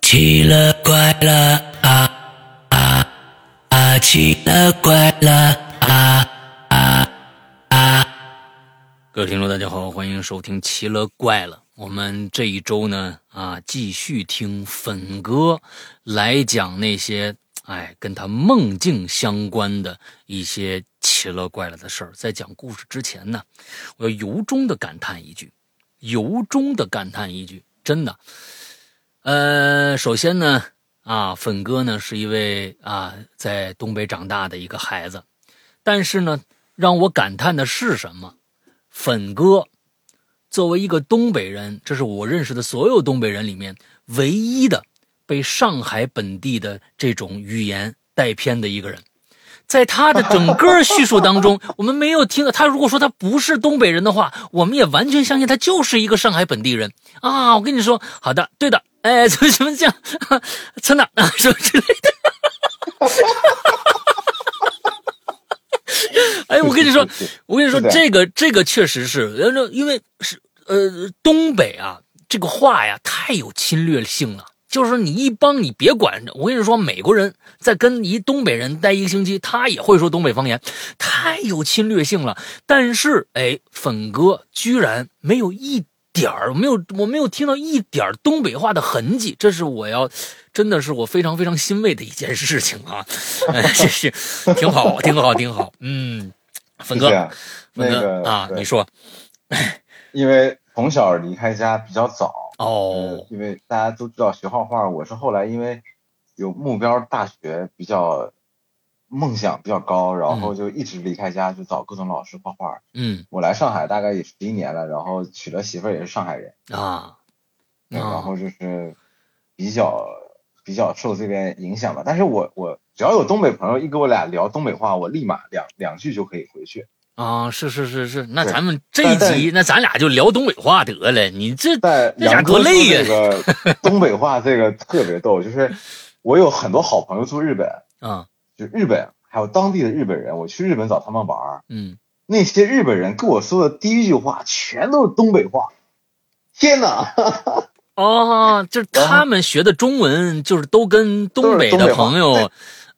奇了怪了啊啊啊！奇了怪了啊啊啊！各位听众，大家好，欢迎收听《奇了怪了》。我们这一周呢，啊，继续听粉哥来讲那些，哎，跟他梦境相关的一些奇了怪了的事儿。在讲故事之前呢，我要由衷的感叹一句，由衷的感叹一句，真的，呃，首先呢，啊，粉哥呢是一位啊在东北长大的一个孩子，但是呢，让我感叹的是什么？粉哥作为一个东北人，这是我认识的所有东北人里面唯一的被上海本地的这种语言带偏的一个人。在他的整个叙述当中，我们没有听到他如果说他不是东北人的话，我们也完全相信他就是一个上海本地人啊！我跟你说，好的，对的，哎，怎么怎么讲，真的啊，什么之类的。 哎，我跟你说，我跟你说，是的这个这个确实是，呃那因为是呃东北啊，这个话呀太有侵略性了。就是说，你一帮你别管，我跟你说，美国人在跟一东北人待一个星期，他也会说东北方言，太有侵略性了。但是，哎，粉哥居然没有一点儿，没有，我没有听到一点儿东北话的痕迹，这是我要，真的是我非常非常欣慰的一件事情啊！ 哎，这是挺好，挺好，挺好。嗯，粉是哥这，样，粉哥那个啊，对你说因为从小离开家比较早，哦呃，，因为大家都知道学画画，我是后来因为有目标大学比较梦想比较高，然后就一直离开家去找各种老师画画。嗯我来上海大概也十一年了，然后娶了媳妇儿也是上海人，啊，对啊然后就是比较比较受这边影响吧。但是我我只要有东北朋友一跟我俩聊东北话，我立马两两句就可以回去。啊，是是是是，那对咱们这一但集，那咱俩就聊东北话得了。你这但这家杨多哥说累呀这 个东北话这个特别逗，就是我有很多好朋友住日本，啊，就日本还有当地的日本人，我去日本找他们玩儿，嗯，那些日本人跟我说的第一句话全都是东北话。天哪， 哦，就是他们学的中文，就是都跟东北的朋都友是东，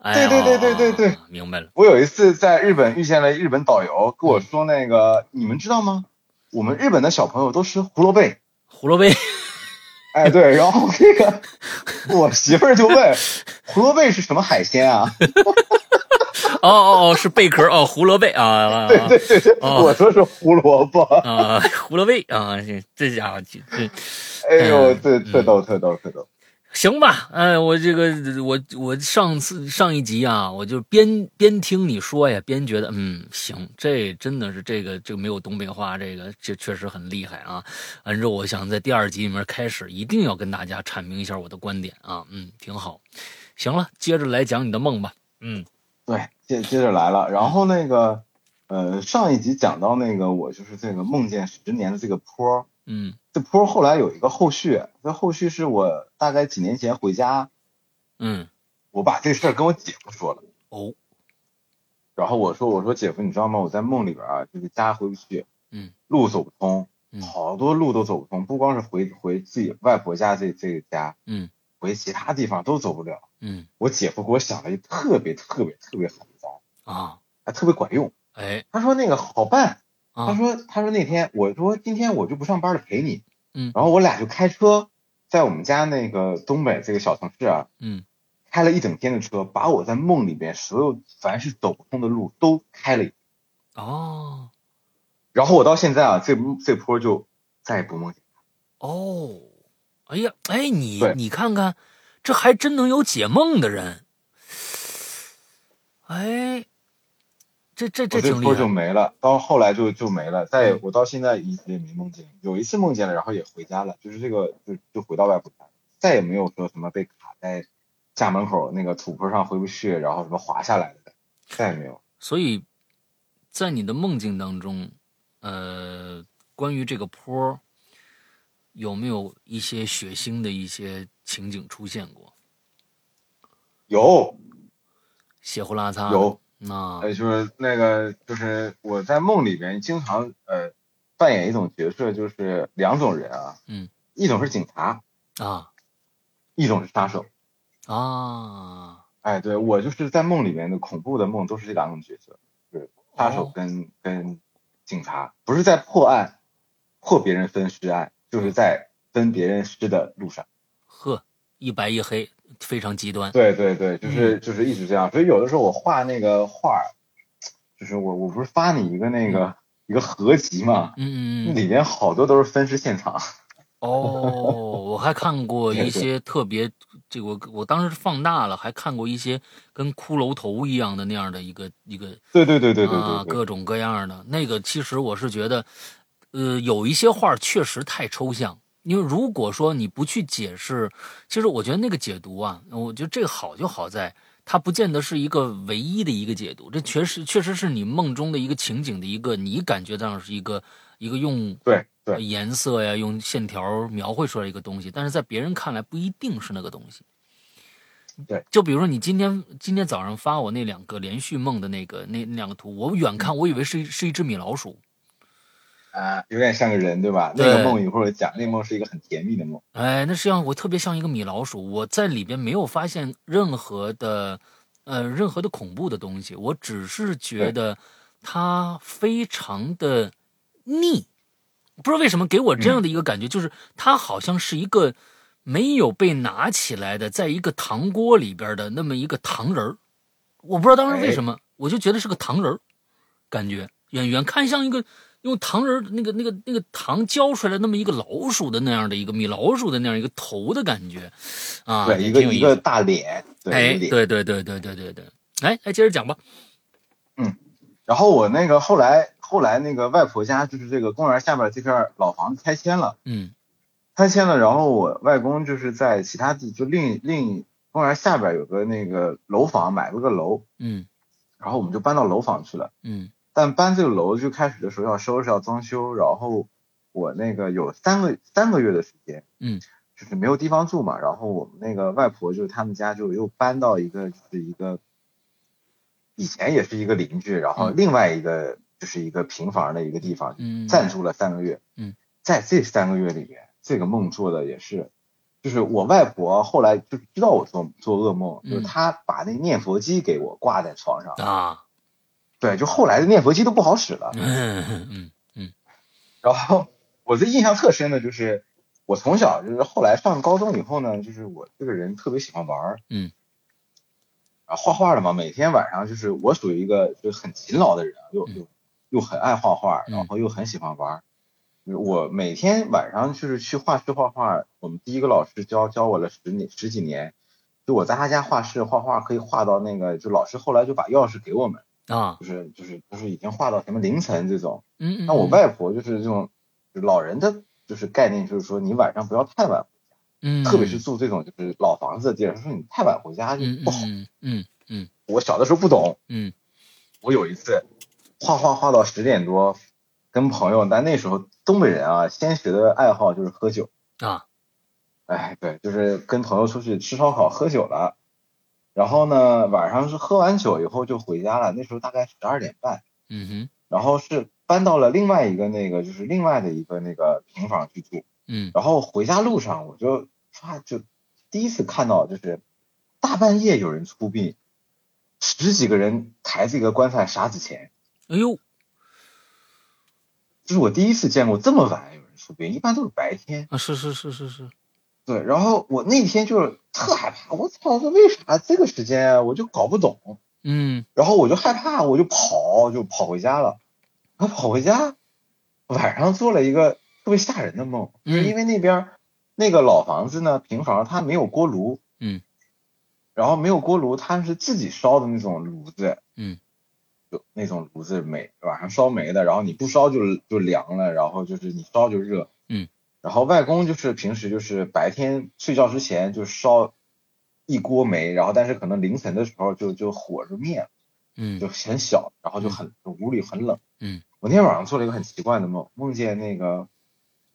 哎呀，对对对对对对明白了。我有一次在日本遇见了日本导游，跟我说那个你们知道吗？我们日本的小朋友都吃胡萝卜。胡萝卜，哎，对，然后这个我媳妇儿就问胡萝卜是什么海鲜啊？ 哦哦哦，是贝壳哦，胡萝卜啊，对对对对，我哦说是胡萝卜。啊，胡萝卜啊，这这家伙这这。哎呦，嗯这特逗，特逗，特逗。行吧，哎，我这个我我上次上一集啊，我就边边听你说呀，边觉得嗯行，这真的是这个这个没有东北话，这个这确实很厉害啊。完之后，我想在第二集里面开始，一定要跟大家阐明一下我的观点啊，嗯，挺好。行了，接着来讲你的梦吧，嗯对，接接着来了。然后那个，呃，上一集讲到那个我就是这个梦见十年的这个坡，嗯这坡后来有一个后续，这后续是我大概几年前回家，嗯，我把这事儿跟我姐夫说了。哦，然后我说我说姐夫，你知道吗？我在梦里边啊，就是家回不去，嗯，路走不通嗯，好多路都走不通，不光是回回自己外婆家这这个家，嗯，回其他地方都走不了。嗯我姐夫给我想了一特别特别特别好的招，啊，还特别管用。哎他说那个好办，他啊，说他说那天我说今天我就不上班了陪你，嗯然后我俩就开车在我们家那个东北这个小城市啊，嗯开了一整天的车，把我在梦里边所有凡是走不通的路都开了一遍，哦然后我到现在啊，这这坡就再也不梦见。哦，哎呀，哎你对你看看，这还真能有解梦的人，哎，这这这我这挺厉坡就害嗯没了，到后来就就没了，再也我到现在一直也没梦见，有一次梦见了，然后也回家了，就是这个就就回到外婆家，再也没有说什么被卡在家门口那个土坡上回不去，然后什么滑下来的，再也没有。所以，在你的梦境当中，呃，关于这个坡儿，有没有一些血腥的一些情景出现过？有血呼啦擦，有，那呃，就是那个就是我在梦里边经常呃扮演一种角色，就是两种人啊，嗯，一种是警察，啊一种是杀手。啊，哎，对我就是在梦里面的恐怖的梦都是这两种角色，就是杀手哦跟、跟警察，不是在破案破别人分尸案，就是在分别人尸的路上。呵，一白一黑，非常极端。对对对，嗯就是就是一直这样。所以有的时候我画那个画儿，就是我我不是发你一个那个一个合集嘛，嗯嗯嗯，里面好多都是分尸现场。哦，我还看过一些特别，这个我我当时放大了，还看过一些跟骷髅头一样的那样的一个一个对对对对对啊，对对，各种各样的。那个其实我是觉得，呃，有一些画确实太抽象。因为如果说你不去解释，其实我觉得那个解读啊，我觉得这个好就好在它不见得是一个唯一的一个解读，这确实确实是你梦中的一个情景的一个，你感觉上是一个一个用对对呃颜色呀、用线条描绘出来一个东西，但是在别人看来不一定是那个东西。对，就比如说你今天今天早上发我那两个连续梦的那个那那两个图，我远看我以为是一是一只米老鼠，啊，有点像个人对吧？那对个梦一会儿讲，那梦是一个很甜蜜的梦。哎，那实际上我特别像一个米老鼠，我在里边没有发现任何的呃任何的恐怖的东西，我只是觉得它非常的腻，不知道为什么给我这样的一个感觉，就是它好像是一个没有被拿起来的，在一个糖锅里边的那么一个糖人儿，我不知道当时为什么，我就觉得是个糖人儿，感觉远远看像一个用糖人儿那个那个那个糖浇出来的那么一个老鼠的那样的一个米老鼠的那样一个头的感觉，啊，对，也一个挺有一意思个大脸，对，一哎，个脸。对对对对对对对，哎哎，接着讲吧，然后我那个后来后来那个外婆家就是这个公园下边这片老房子拆迁了，嗯拆迁了，然后我外公就是在其他地就另另公园下边有个那个楼房买了个楼，嗯然后我们就搬到楼房去了。嗯但搬这个楼最开始的时候要收拾要装修，然后我那个有三个三个月的时间，嗯，就是没有地方住嘛。然后我们那个外婆就是他们家就又搬到一个就是一个以前也是一个邻居，然后嗯另外一个就是一个平房的一个地方，嗯，暂住了三个月。嗯，在这三个月里面，这个梦做的也是，就是我外婆后来就知道我做做噩梦，嗯就是她把那念佛机给我挂在床上，啊，对，就后来的念佛机都不好 使了。嗯嗯然后我最印象特深的就是，我从小就是后来上高中以后呢，就是我这个人特别喜欢玩儿，嗯，啊，画画的嘛，每天晚上就是我属于一个就是很勤劳的人，啊又又又很爱画画，嗯然后又很喜欢玩儿。就是我每天晚上就是去画室画画，我们第一个老师教教我了十年十几年，就我在他家画室画画可以画到那个，就老师后来就把钥匙给我们，啊，就是就是就是已经画到什么凌晨这种。嗯嗯，那我嗯，外婆就是这种就是老人的，就是概念，就是说你晚上不要太晚，嗯，特别是哦住这种就是老房子的地儿，说你太晚回家就嗯不好。嗯嗯嗯我小的时候不懂，嗯我有一次画画画到十点多，跟朋友，但那时候东北人啊，先学的爱好就是喝酒，嗯啊，哎，对，就是跟朋友出去吃烧烤喝酒了。然后呢，晚上是喝完酒以后就回家了，那时候大概十二点半，嗯哼然后是搬到了另外一个那个就是另外的一个那个平房去住。嗯然后回家路上我就啊就第一次看到就是大半夜有人出殡，十几个人抬这个棺材杀之前，哎呦，这是我第一次见过这么晚有人出殡，一般都是白天。啊，是是是是是，对，然后我那天就是特害怕，我操，这为啥这个时间啊？我就搞不懂，嗯然后我就害怕，我就跑，就跑回家了。然后跑回家，晚上做了一个特别吓人的梦，就是嗯因为那边儿那个老房子呢，平房它没有锅炉，嗯，然后没有锅炉，它是自己烧的那种炉子，嗯，就那种炉子煤晚上烧煤的，然后你不烧就就凉了，然后就是你烧就热，嗯，然后外公就是平时就是白天睡觉之前就烧一锅煤，然后但是可能凌晨的时候就就火就灭了。嗯就很小，然后就很屋里很冷。嗯，我那天晚上做了一个很奇怪的梦，梦见那个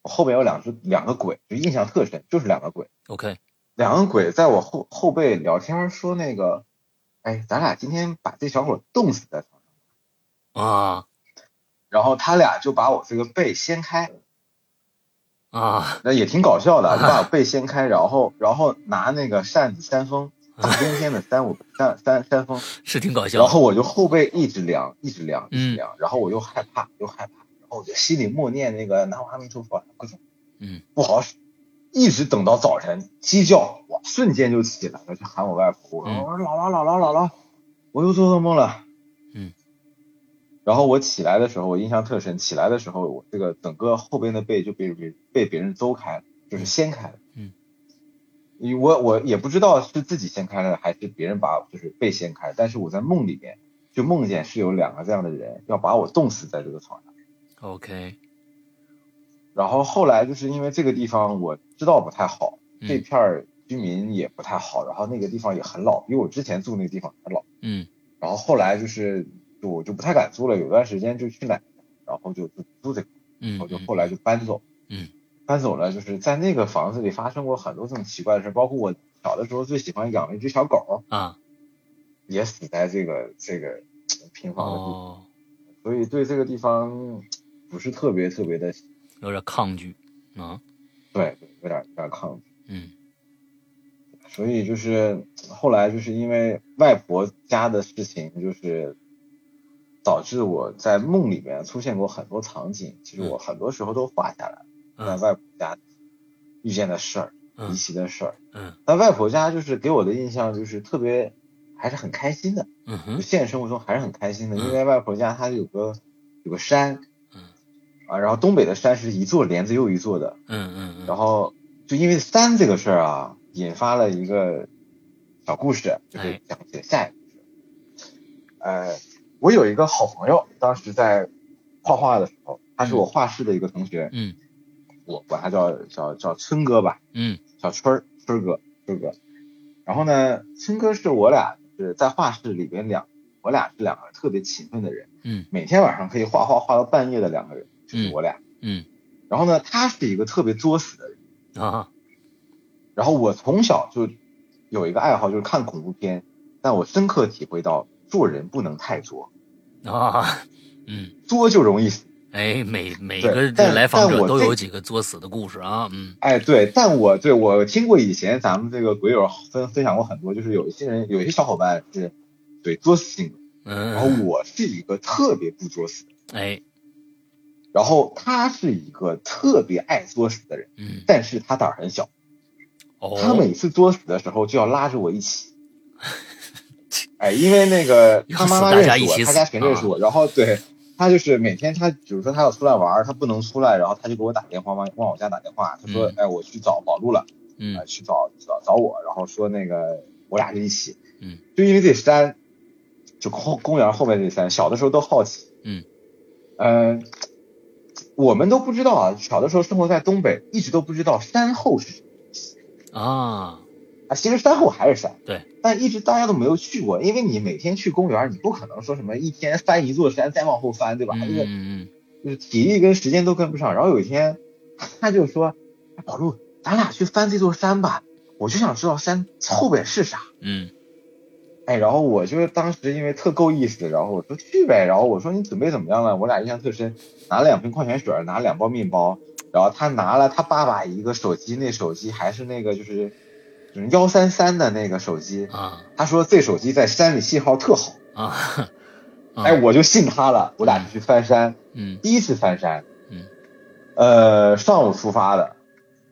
我后边有两只两个鬼，就印象特深，就是两个鬼， ，OK，两个鬼在我后后背聊天说那个，哎，咱俩今天把这小伙冻死在床上，啊，然后他俩就把我这个背掀开，啊，那也挺搞笑的，就把我背掀开，然后然后拿那个扇子扇风， 冬天的扇我扇扇扇风，是挺搞笑然的。后我就后背一直凉，一直凉，一嗯直凉，然后我又害怕，又害怕，然后我就心里默念那个南无阿弥陀佛，各种嗯不好使，一直等到早晨鸡叫，我瞬间就起来了，去喊我外婆，我嗯说我说姥姥姥姥姥姥，我又做噩梦了，嗯，然后我起来的时候，我印象特深，起来的时候我这个整个后边的背就被别被别人邹开了，就是掀开了，嗯因为我我也不知道是自己掀开了还是别人把就是被掀开，但是我在梦里面就梦见是有两个这样的人要把我冻死在这个床上。 ，OK，然后后来就是因为这个地方我知道不太好，嗯这片儿居民也不太好，然后那个地方也很老，比我之前住那个地方还老。嗯然后后来就是就我就不太敢租了，有段时间就去奶奶家，然后就就租这个，嗯我就后来就搬走。嗯，搬走了，就是在那个房子里发生过很多这种奇怪的事，包括我小的时候最喜欢养了一只小狗，啊，也死在这个这个呃平房的地方，哦，所以对这个地方不是特别特别的有点抗拒啊，对，有点有点抗拒。嗯所以就是后来就是因为外婆家的事情，就是导致我在梦里面出现过很多场景，其实我很多时候都画下来了，在嗯外婆家遇见的事儿、离嗯奇的事儿。嗯但外婆家就是给我的印象就是特别还是很开心的，嗯就哼，现实生活中还是很开心的，嗯因为外婆家它有个有个山嗯，啊，然后东北的山是一座连着又一座的，嗯嗯嗯，然后就因为三这个事儿啊，引发了一个小故事，就是哎讲解下一个故事。呃，我有一个好朋友，当时在画画的时候，他是我画室的一个同学，嗯我管他叫叫叫春哥吧，嗯小春儿，春哥，春哥。然后呢，春哥是我俩是在画室里边两，我俩是两个特别勤奋的人，嗯每天晚上可以画画画到半夜的两个人，就是嗯我俩。嗯然后呢，他是一个特别作死的人。啊，然后我从小就有一个爱好，就是看恐怖片，但我深刻体会到做人不能太作，啊，嗯，作就容易死。哎，每每对个这但来访但者我都这有几个作死的故事啊，嗯哎，对，但我对我听过以前咱们这个鬼友分分享过很多，就是有一些人有一些小伙伴是对作死性格，然后嗯，我是一个特别不作死的，哎，然后他是一个特别爱作死的人，嗯，但是他胆儿很小，哦，他每次作死的时候就要拉着我 一起。哎，因为那个他妈妈认要死大家一识我，起死啊他家全认识我，然后对他就是每天他，比如说他要出来玩儿，他不能出来，然后他就给我打电话，往往我家打电话，他说嗯，哎，我去找宝路了，嗯呃去找找找我，然后说那个我俩就一起，嗯，就因为这山，就公公园后面这山，小的时候都好奇，嗯，呃，我们都不知道啊，小的时候生活在东北，一直都不知道山后是什么。啊，啊，其实山后还是山，对，但一直大家都没有去过，因为你每天去公园，你不可能说什么一天翻一座山再往后翻，对吧？这个嗯嗯就是体力跟时间都跟不上。然后有一天，他就说：“哎宝路，咱俩去翻这座山吧，我就想知道山后边是啥。嗯”哎，然后我就当时因为特够意思，然后我说去呗，然后我说你准备怎么样了？我俩印象特深，拿了两瓶矿泉水，拿了两包面包，然后他拿了他爸爸一个手机，那手机还是那个就是就是幺三三的那个手机，嗯啊他说这手机在山里信号特好，啊，啊哎，，我就信他了。我俩就去翻山，嗯第一次翻山，嗯，呃，上午出发的，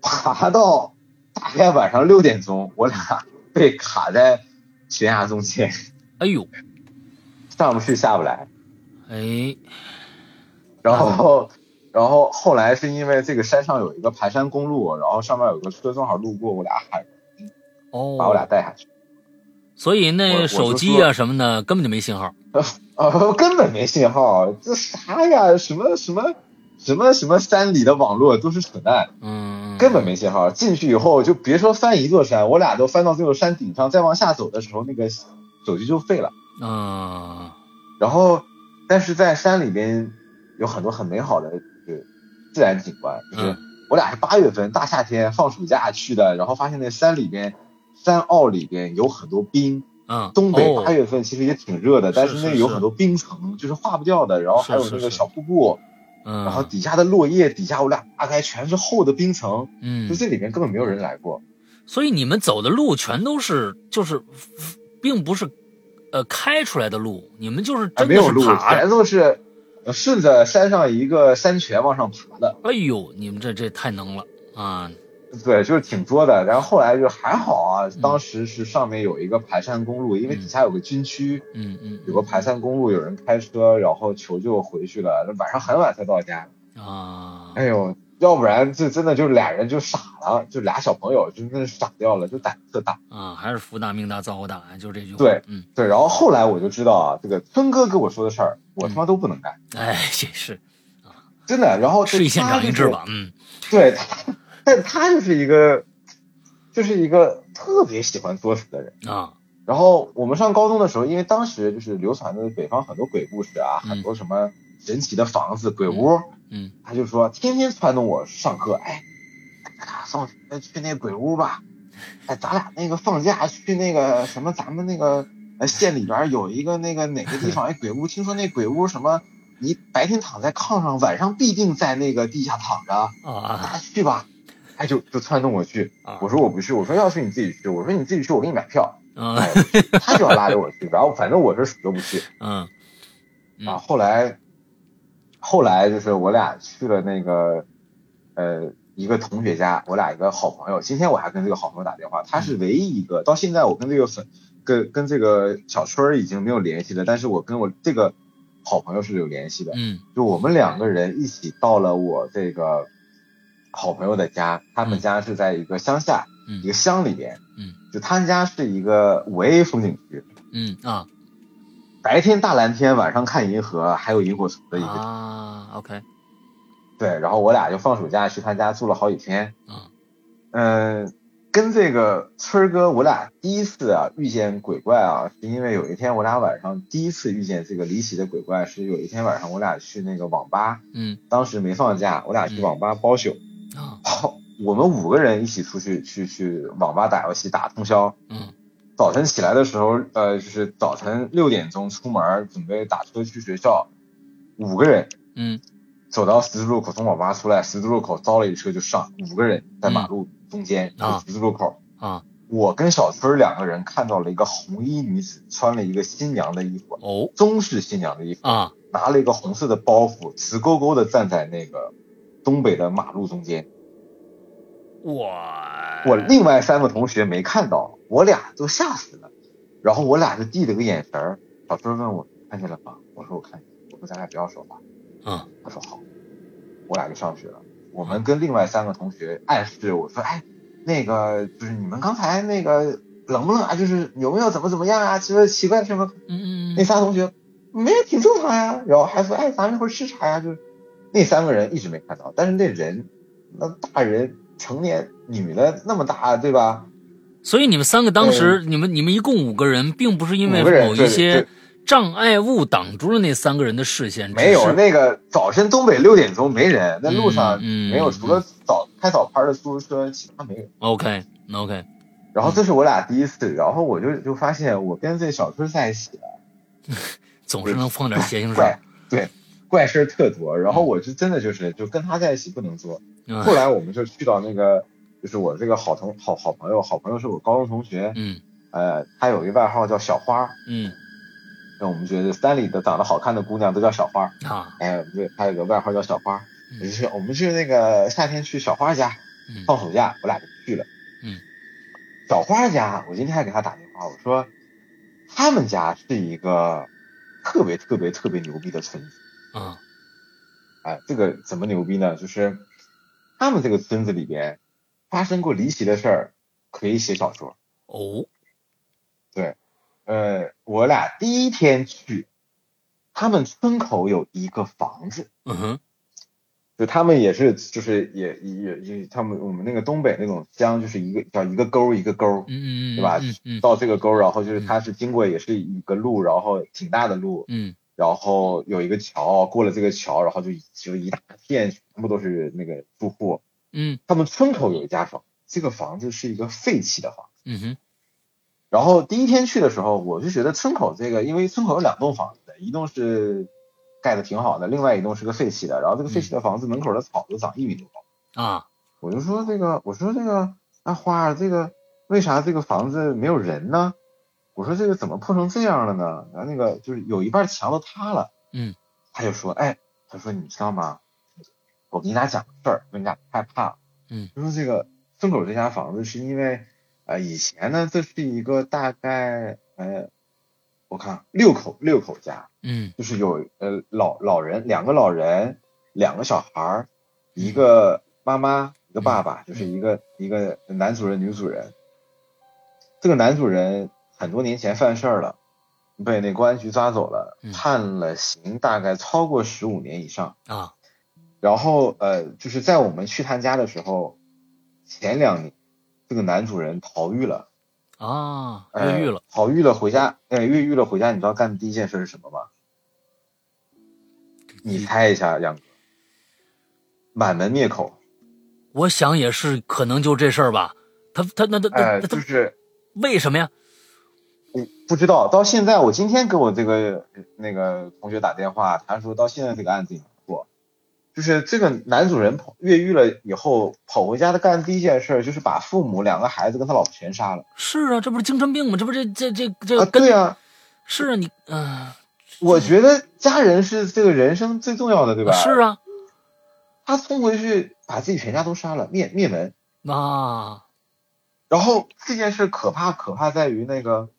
爬到大概晚上六点钟，我俩 被卡在悬崖中间，哎呦，上不去下不来。哎，然哦后，然后后来是因为这个山上有一个盘山公路，然后上面有个车正好路过，我俩喊哦，把我俩带下去，所以我那我手就机说啊什么的根本就没信号。呃，根本没信号，这啥呀？什么什么什么什么山里的网络都是扯淡。嗯，嗯根本没信号。进去以后就别说翻一座山，我俩都翻到最后山顶上，再往下走的时候，那个手机就废了。嗯然后，但是在山里边有很多很美好的就是自然景观，就是嗯我俩是八月份大夏天放暑假去的，然后发现那山里边山坳里边有很多冰。嗯，东北哦八月份其实也挺热的，但是是那是个有是很多冰层，就是化不掉的，然后还有是是那个是小瀑布，嗯，然后底下的落叶底下我俩扒开全是厚的冰层，就嗯，这里面根本没有人来过。所以你们走的路全都是就是，并不是呃开出来的路，你们就是哎，真没的有是路，爬。全都是呃顺着山上一个山泉往上爬的，哎呦，你们这这太能了啊！对，就是挺多的。然后后来就还好啊，当时是上面有一个盘山公路，因为底下有个军区，嗯嗯有个盘山公路，有人开车然后求救回去了，晚上很晚才到家。啊，哎呦，要不然这真的就俩人就傻了，就俩小朋友就真的傻掉了，就胆子特大。啊，还是福大命大造化大，就这句话。对，嗯，对，然后后来我就知道啊，这个村哥跟我说的事儿，我他妈都不能干，哎，这是真的。然后吃一堑长一智吧。吧，嗯 对他，但他就是一个，就是一个特别喜欢作死的人。啊，然后我们上高中的时候，因为当时就是流传的北方很多鬼故事啊，嗯很多什么神奇的房子、鬼屋，嗯他就说天天撺掇我上课，哎，咱俩上学去那鬼屋吧，哎，咱俩那个放假去那个什么，咱们那个呃县里边有一个那个哪个地方哎鬼屋，听说那鬼屋什么，你白天躺在炕上，晚上必定在那个地下躺着。啊啊，去吧。哎，就就撺掇我去啊，我说我不去，我说要去你自己去，我说你自己去，我给你买 票。啊哎，他就要拉着我去，然后反正我是死都不去嗯嗯啊。后来，后来就是我俩去了那个，呃，一个同学家，我俩一个好朋友。今天我还跟这个好朋友打电话，他嗯是唯一一个到现在我跟这个粉，跟跟这个小春儿已经没有联系了，但是我跟我这个好朋友是有联系的。嗯就我们两个人一起到了我这个好朋友的家，他们家是在一个乡下，嗯一个乡里边，嗯，就他们家是一个五 A 风景区，嗯啊白天大蓝天，晚上看银河，还有萤火虫的一个，啊，OK，对，然后我俩就放暑假去他家住了好几天，啊嗯、跟这个村儿哥，我俩第一次啊遇见鬼怪啊，是因为有一天我俩晚上第一次遇见这个离奇的鬼怪，是有一天晚上我俩去那个网吧，嗯当时没放假，我俩去网吧包宿，啊好， 我们五个人一起出去去去网吧打游戏打通宵。嗯早晨起来的时候，呃，就是早晨六点钟出门，准备打车去学校，五个人嗯走到十字路口，从网吧出来，十字路口招了一车就上，五个人在马路中间、嗯啊就十字路口，啊我跟小春儿两个人看到了一个红衣女子，穿了一个新娘的衣服，哦中式新娘的衣服，啊拿了一个红色的包袱，直勾勾的站在那个东北的马路中间。我我另外三个同学没看到，我俩都吓死了。然后我俩就递了个眼神儿，小春问我看见了吗？我说我看见了。我说咱俩不要说话。嗯他说好。我俩就上去了。我们跟另外三个同学暗示我说，哎，那个就是你们刚才那个冷不冷啊？就是有没有怎么怎么样啊？就是奇怪的什么？嗯那嗯仨同学没有挺正常呀，然后还说哎，咱们一会儿吃啥呀？就是那三个人一直没看到，但是那人那大人成年女的那么大，对吧？所以你们三个当时你们你们一共五个人，并不是因为嗯五个人某一对些对障碍物挡住了那三个人的视线，没只有是那个早晨东北六点钟没人，那路上嗯嗯没有，除了早开早班的出租车，其他没有。 OK OK，然后这是我俩第一次，然后我就就发现我跟这小春在一起，总是嗯能碰点邪性事怪儿。对怪事儿特多。然后我就真的就是就跟他在一起不能作，嗯 后来我们就去到那个，就是我这个好同好好朋友，好朋友是我高中同学，嗯呃，他有一个外号叫小花，嗯那我们觉得山里的长得好看的姑娘都叫小花，啊哎，对，他有个外号叫小花，嗯我就去，我们去那个夏天去小花家嗯，放暑假，我俩就去了，嗯，小花家，我今天还给他打电话，我说，他们家是一个特别特别特别牛逼的村子。啊哎，这个怎么牛逼呢？就是他们这个村子里边发生过离奇的事儿，可以写小说。哦呃，我俩第一天去，他们村口有一个房子，嗯哼就他们也是，就是也也也，他们我们那个东北那种乡，就是一个叫一个沟儿一个沟儿，嗯嗯嗯对吧嗯嗯到这个沟儿，然后就是它是经过也是一个路，然后挺大的路，嗯然后有一个桥，过了这个桥，然后就就一大片全部都是那个住户，嗯他们村口有一家房，这个房子是一个废弃的房子。嗯哼然后第一天去的时候，我就觉得村口这个，因为村口有两栋房子，一栋是盖的挺好的，另外一栋是个废弃的，然后这个废弃的房子门口的草都长一米多高，啊，我就说这个，我说这个啊花儿，这个为啥这个房子没有人呢？我说这个怎么破成这样了呢？然后那个就是有一半墙都塌了，嗯，他就说，哎，他说你知道吗？我给你俩讲个事儿，你俩害怕了，嗯，他说这个村口这家房子是因为呃以前呢这是一个大概呃我看啊六口六口家，嗯就是有呃老老人，两个老人，两个小孩儿，一个妈妈，一个爸爸，就是一个一个男主人女主人。这个男主人很多年前犯事儿了，被那公安局抓走了嗯，判了刑大概超过十五年以上。啊，然后呃，就是在我们去他家的时候，前两年这个男主人逃狱了，啊，呃越狱了，，逃狱了回家，呃，越狱了回家，你知道干的第一件事是什么吗？你猜一下，杨哥，满门灭口，我想也是，可能就这事儿吧。他他那他哎、他就他是为什么呀？我 不知道，到现在我今天给我这个呃那个同学打电话，他说到现在这个案子也没破，就是这个男主人跑越狱了以后跑回家，他干的第一件事就是把父母两个孩子跟他老婆全杀了是啊，这不是精神病吗？这不这这这这啊！跟、对啊，是啊，你嗯、我觉得家人是这个人生最重要的，对吧？是啊，他冲回去把自己全家都杀了，灭灭门。啊，然后这件事可怕，可怕在于那个，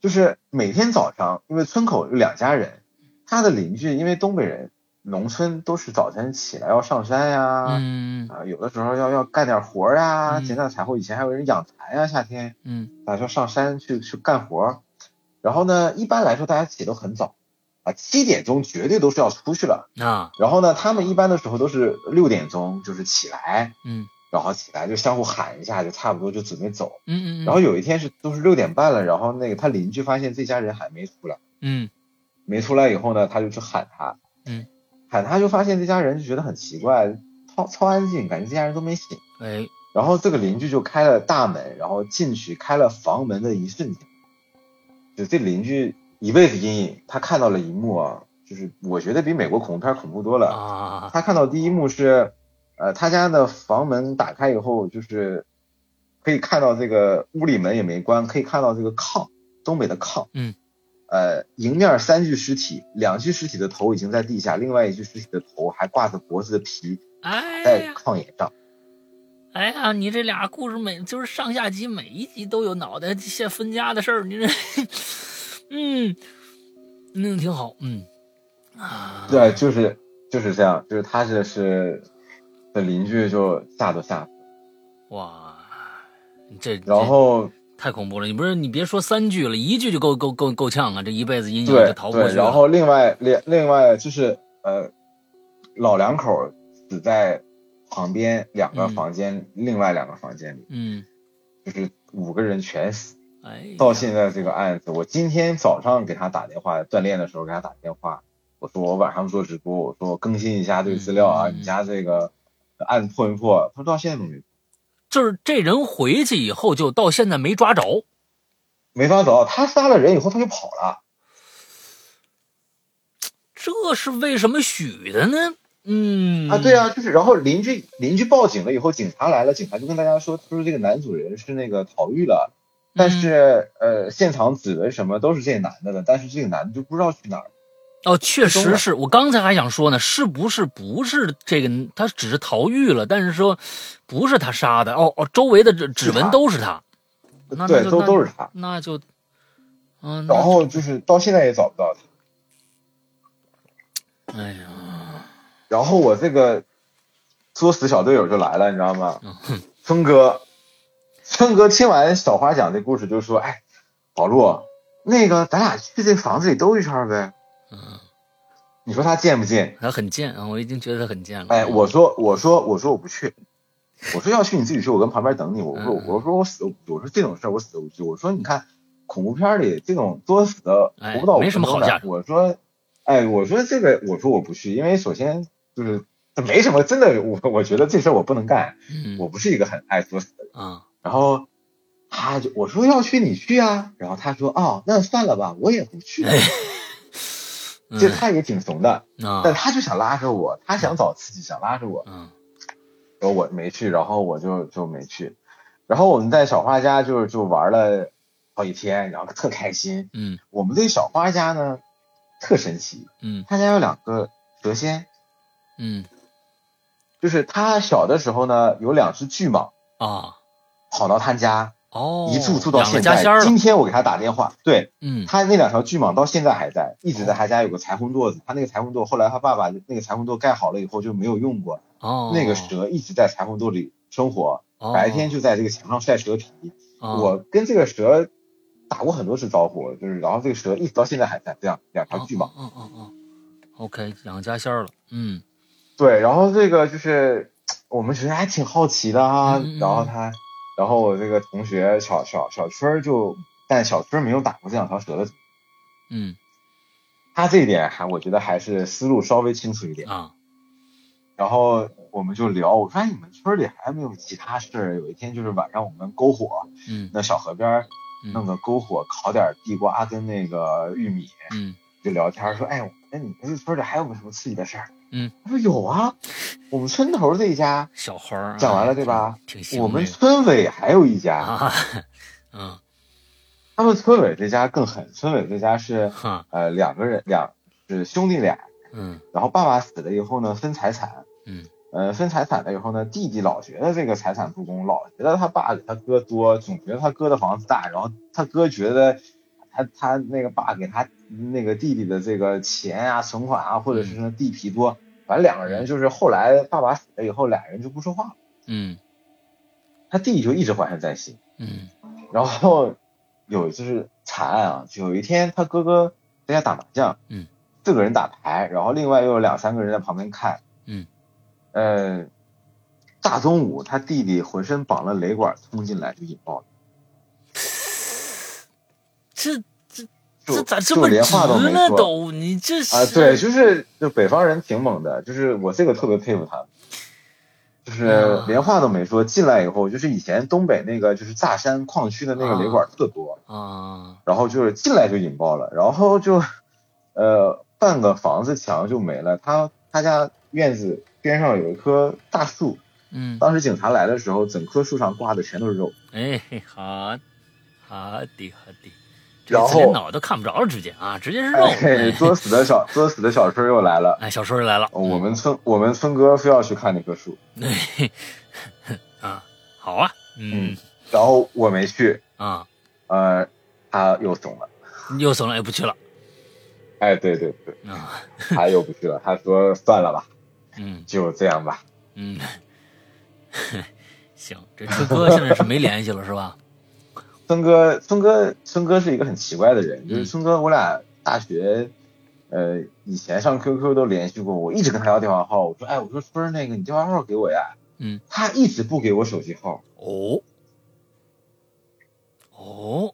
就是每天早上，因为村口有两家人，他的邻居因为东北人，农村都是早晨起来要上山呀、啊，嗯有的时候要要干点活呀、啊，嗯捡点柴火。以前还有人养蚕呀、夏天嗯打算上山去去干活。然后呢，一般来说大家起得很早，啊，七点钟绝对都是要出去了。啊，然后呢，他们一般的时候都是六点钟就是起来，嗯然后起来就相互喊一下，就差不多就准备走。嗯嗯，然后有一天是都是六点半了，然后那个他邻居发现这家人还没出来，嗯没出来以后呢，他就去喊他，嗯，喊他就发现这家人就觉得很奇怪，超超安静，感觉这家人都没醒。哎然后这个邻居就开了大门，然后进去开了房门的一瞬间，就这邻居一辈子阴影，他看到了一幕啊，就是我觉得比美国恐怖片恐怖多了。啊他看到第一幕是，呃，他家的房门打开以后，就是可以看到这个屋里门也没关，可以看到这个炕，东北的炕，嗯，呃，迎面三具尸体，两具尸体的头已经在地下，另外一具尸体的头还挂着脖子的皮哎在呀炕沿上，哎呀，你这俩故事每就是上下集每一集都有脑袋下分家的事儿，你这 嗯嗯挺好嗯啊对，就是就是这样，就是他这是的邻居就吓都吓，哇这这然后太恐怖了！你不是你别说三句了，一句就够够够够呛啊！这一辈子阴影对就逃不过对，去了。然后另外另另外就是呃，老两口死在旁边两个嗯房间，另外两个房间里，嗯，就是五个人全死。哎呀，到现在这个案子，我今天早上给他打电话，锻炼的时候给他打电话，我说我晚上做直播，我说我更新一下这个资料啊，嗯嗯嗯你家这个嗯案子破没破？他说到现在都没就是这人回去以后就到现在没抓着，没法找，他杀了人以后他就跑了。这是为什么许的呢？嗯啊，对，啊，就是然后邻居邻居报警了以后，警察来了，警察就跟大家说，他说这个男主人是那个逃狱嗯了，但是、呃，现场指纹什么都是这男的的，但是这个男的就不知道去哪儿了。哦，确失踪实了是我刚才还想说呢，是不是不是这个他只是逃狱了，但是说不是他杀的哦哦，周围的指指是纹他都是他，那对那，就都那都是他。那就嗯，那然后就是到现在也找不到他。哎呀，然后我这个作死小队友就来了，你知道吗？嗯哼春哥，春哥听完小花讲这故事就说：“哎，宝路，那个咱俩去这房子里兜一圈呗。”嗯，你说他贱不贱？他很贱啊，我已经觉得他很贱了。哎，我说我说我说我不去，我说要去你自己去，我跟旁边等你。我说嗯我说我死都不去，我说这种事儿我死都不去。我说你看恐怖片里这种作死的哎活不到没五什分么好钟的下，手我说，哎，我说这个我说我不去，因为首先就是没什么，真的我我觉得这事儿我不能干，嗯我不是一个很爱作死的人。啊然后他就我说要去你去啊，然后他说哦那算了吧，我也不去。哎嗯其实他也挺怂的，啊但他就想拉着我，他想找刺激，想拉着我，嗯然后我没去，然后我就就没去，然后我们在小花家就就玩了好几天，然后特开心。嗯我们这小花家呢特神奇，嗯他家有两个蛇仙，嗯就是他小的时候呢有两只巨蟒啊跑到他家，哦，一住住到养了现家在仙儿。了，今天我给他打电话，对，嗯他那两条巨蟒到现在还在，一直在他家有个裁缝垛子。他那个裁缝垛后来他爸爸那个裁缝垛盖好了以后就没有用过。哦，那个蛇一直在裁缝垛里生活，哦白天就在这个墙上晒蛇皮。哦我跟这个蛇打过很多次招呼，就是然后这个蛇一直到现在还在，这样两条哦巨蟒。哦哦哦哦，OK，养家仙儿了，嗯对，然后这个就是我们觉得还挺好奇的啊。嗯嗯嗯然后他，然后我这个同学小小小春儿就，但小春儿没有打过这两条蛇的主意，嗯他这一点还我觉得还是思路稍微清楚一点。啊然后我们就聊，我说哎，你们村里还有没有其他事儿？有一天就是晚上我们篝火，嗯那小河边儿嗯弄个篝火，烤点地瓜跟那个玉米，嗯就聊天儿说，哎，那你们这村里还有没有什么刺激的事儿？嗯，他说有啊，我们村头这一家，小花儿讲完了哎对吧挺我行们的村委还有一家，啊，嗯他们村委这家更狠，村委这家是哈呃两个人两是兄弟俩，嗯然后爸爸死了以后呢，分财产。嗯，呃，分财产了以后呢，弟弟老觉得这个财产不公，老觉得他爸给他哥多，总觉得他哥的房子大，然后他哥觉得他他那个爸给他那个弟弟的这个钱啊、存款啊，或者是地皮多，反正两个人就是后来爸爸死了以后，俩人就不说话了，嗯他弟弟就一直怀恨在心。嗯然后 有就是惨案啊，就有一天他哥哥在家打麻将，嗯，四个人打牌，然后另外又有两三个人在旁边看，嗯，呃，大中午他弟弟浑身绑了雷管冲进来就引爆了，这这就这咋这就么直连话都没呢？说都你这是啊？对，就是就北方人挺猛的，就是我这个特别佩服他们。就是啊连话都没说，进来以后，就是以前东北那个就是炸山矿区的那个雷管特多，啊然后就是进来就引爆了，然后就，呃，半个房子墙就没了。他他家院子边上有一棵大树，嗯当时警察来的时候，整棵树上挂的全都是肉。哎嘿好好的好的，这然次连后脑都看不着，直接啊直接是肉哎，作死的小作死的小春又来了。哎小春儿来了，我们村我们村哥非要去看那棵树，哎 啊好啊嗯然后我没去，啊呃，他又怂了。又怂了也不去了哎，对对对，啊他又不去了。他说算了吧，嗯。就这样吧。嗯， 行，这春哥现在是没联系了是吧？孙哥，孙哥，孙哥是一个很奇怪的人，就是嗯孙哥，我俩大学，呃，以前上 QQ 都联系过，我一直跟他要电话号，我说，哎，我说春儿那个，你电话号给我呀，嗯，他一直不给我手机号，哦，哦，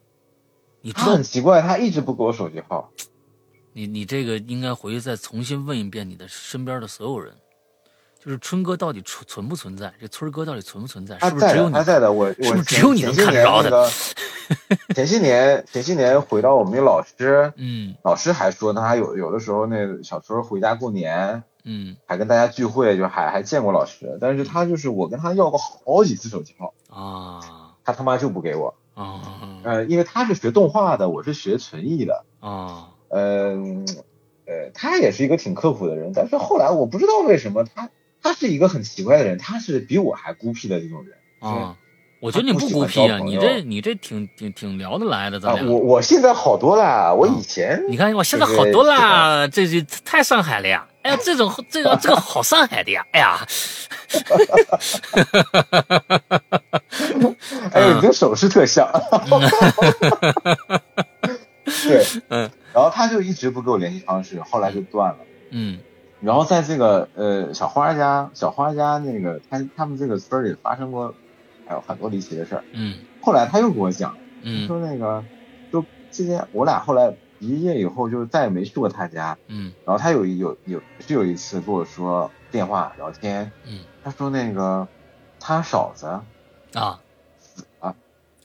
你知他道很奇怪，他一直不给我手机号，你你这个应该回去再重新问一遍你的身边的所有人，就是春哥到底存存不存在？这春哥到底存不存在？他是不是在只有的，你他？在的，我我是不是前只有你能看得着的？前些年那个前些年前些年回到我们那老师，嗯老师还说呢，他有有的时候那小春儿回家过年。嗯还跟大家聚会，就还还见过老师，但是他就是我跟他要过好几次手机号，啊他他妈就不给我。啊呃，因为他是学动画的，我是学纯艺的。啊！呃，嗯呃，他也是一个挺刻苦的人，但是后来我不知道为什么他他是一个很奇怪的人，他是比我还孤僻的这种人啊！我觉得你不孤僻啊，你这你这挺挺挺聊得来的，咱啊。俩。我我现在好多啦，我以前嗯你看我现在好多啦，这这太上海了呀！哎呀，这种这个这个好上海的呀！哎呀，哎嗯呦，你这手势特 像。对，嗯，然后他就一直不给我联系方式，后来就断了。嗯然后在这个呃小花家，小花家那个他他们这个村儿里发生过还有很多离奇的事儿。嗯后来他又跟我讲，嗯说那个就这些，我俩后来毕业以后就再也没去过他家。嗯然后他有一有有是有一次跟我说电话聊天，嗯他说那个他嫂子啊啊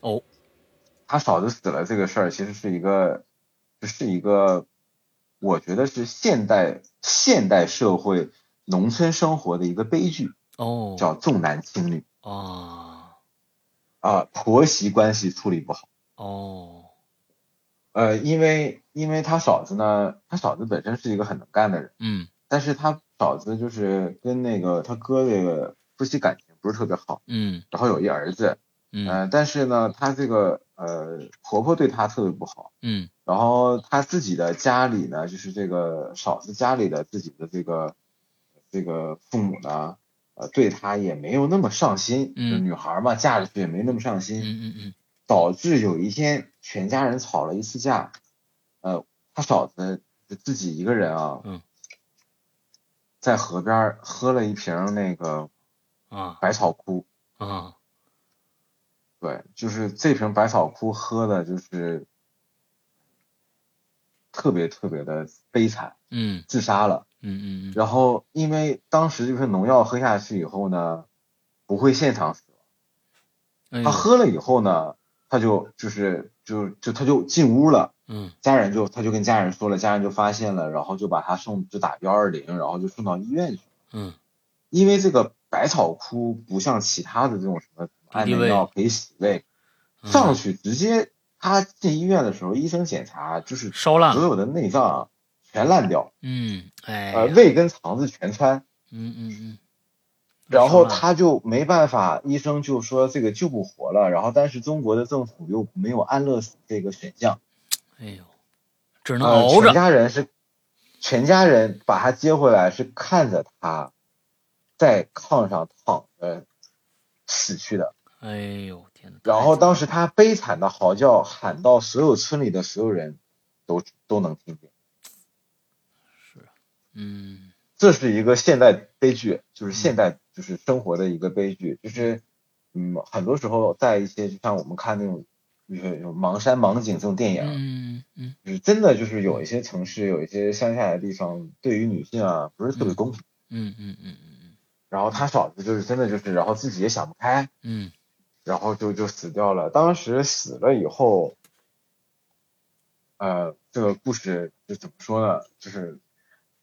哦他嫂子死了这个事儿，其实是一个就是一个我觉得是现代现代社会农村生活的一个悲剧，哦叫重男轻女啊啊，婆媳关系处理不好。哦呃，因为因为他嫂子呢，他嫂子本身是一个很能干的人，嗯但是他嫂子就是跟那个他哥这个夫妻感情不是特别好，嗯然后有一儿子，嗯呃，但是呢，他这个呃婆婆对他特别不好，嗯然后他自己的家里呢，就是这个嫂子家里的自己的这个这个父母呢，呃，对她也没有那么上心，嗯就女孩嘛，嫁出去也没那么上嗯心，嗯嗯导致有一天全家人吵了一次架，呃，他嫂子自己一个人啊，嗯在河边儿喝了一瓶那个啊百草枯，啊对，就是这瓶百草枯喝的就是特别特别的悲惨，嗯自杀了。嗯嗯嗯然后因为当时就是农药喝下去以后呢，不会现场死，哎呦他喝了以后呢，他就就是就就他就进屋了，嗯家人就他就跟家人说了，家人就发现了，然后就把他送就打幺二零，然后就送到医院去了。嗯因为这个百草枯不像其他的这种什么安眠药可以洗胃，嗯上去直接他进医院的时候，医生检查就是烧烂所了有的内脏啊全烂掉，嗯哎呀呃，胃跟肠子全穿。嗯嗯嗯然烧后烂了他就没办法，医生就说这个救不活了。然后但是中国的政府又没有安乐死这个选项，哎呦只能呃，熬全着家人是全家人把他接回来，是看着他在炕上躺着死去的。哎呦天哪然后当时他悲惨的嚎叫喊到所有村里的所有人都都能听见。嗯这是一个现代悲剧，就是现代就是生活的一个悲剧，就是嗯，很多时候在一些就像我们看那种就是有盲山盲井这种电影，啊嗯嗯就是真的就是有一些城市有一些乡下的地方对于女性啊不是特别公平，嗯嗯嗯嗯然后她嫂子就是真的就是然后自己也想不开，嗯然后就就死掉了。当时死了以后，呃，这个故事就怎么说呢？就是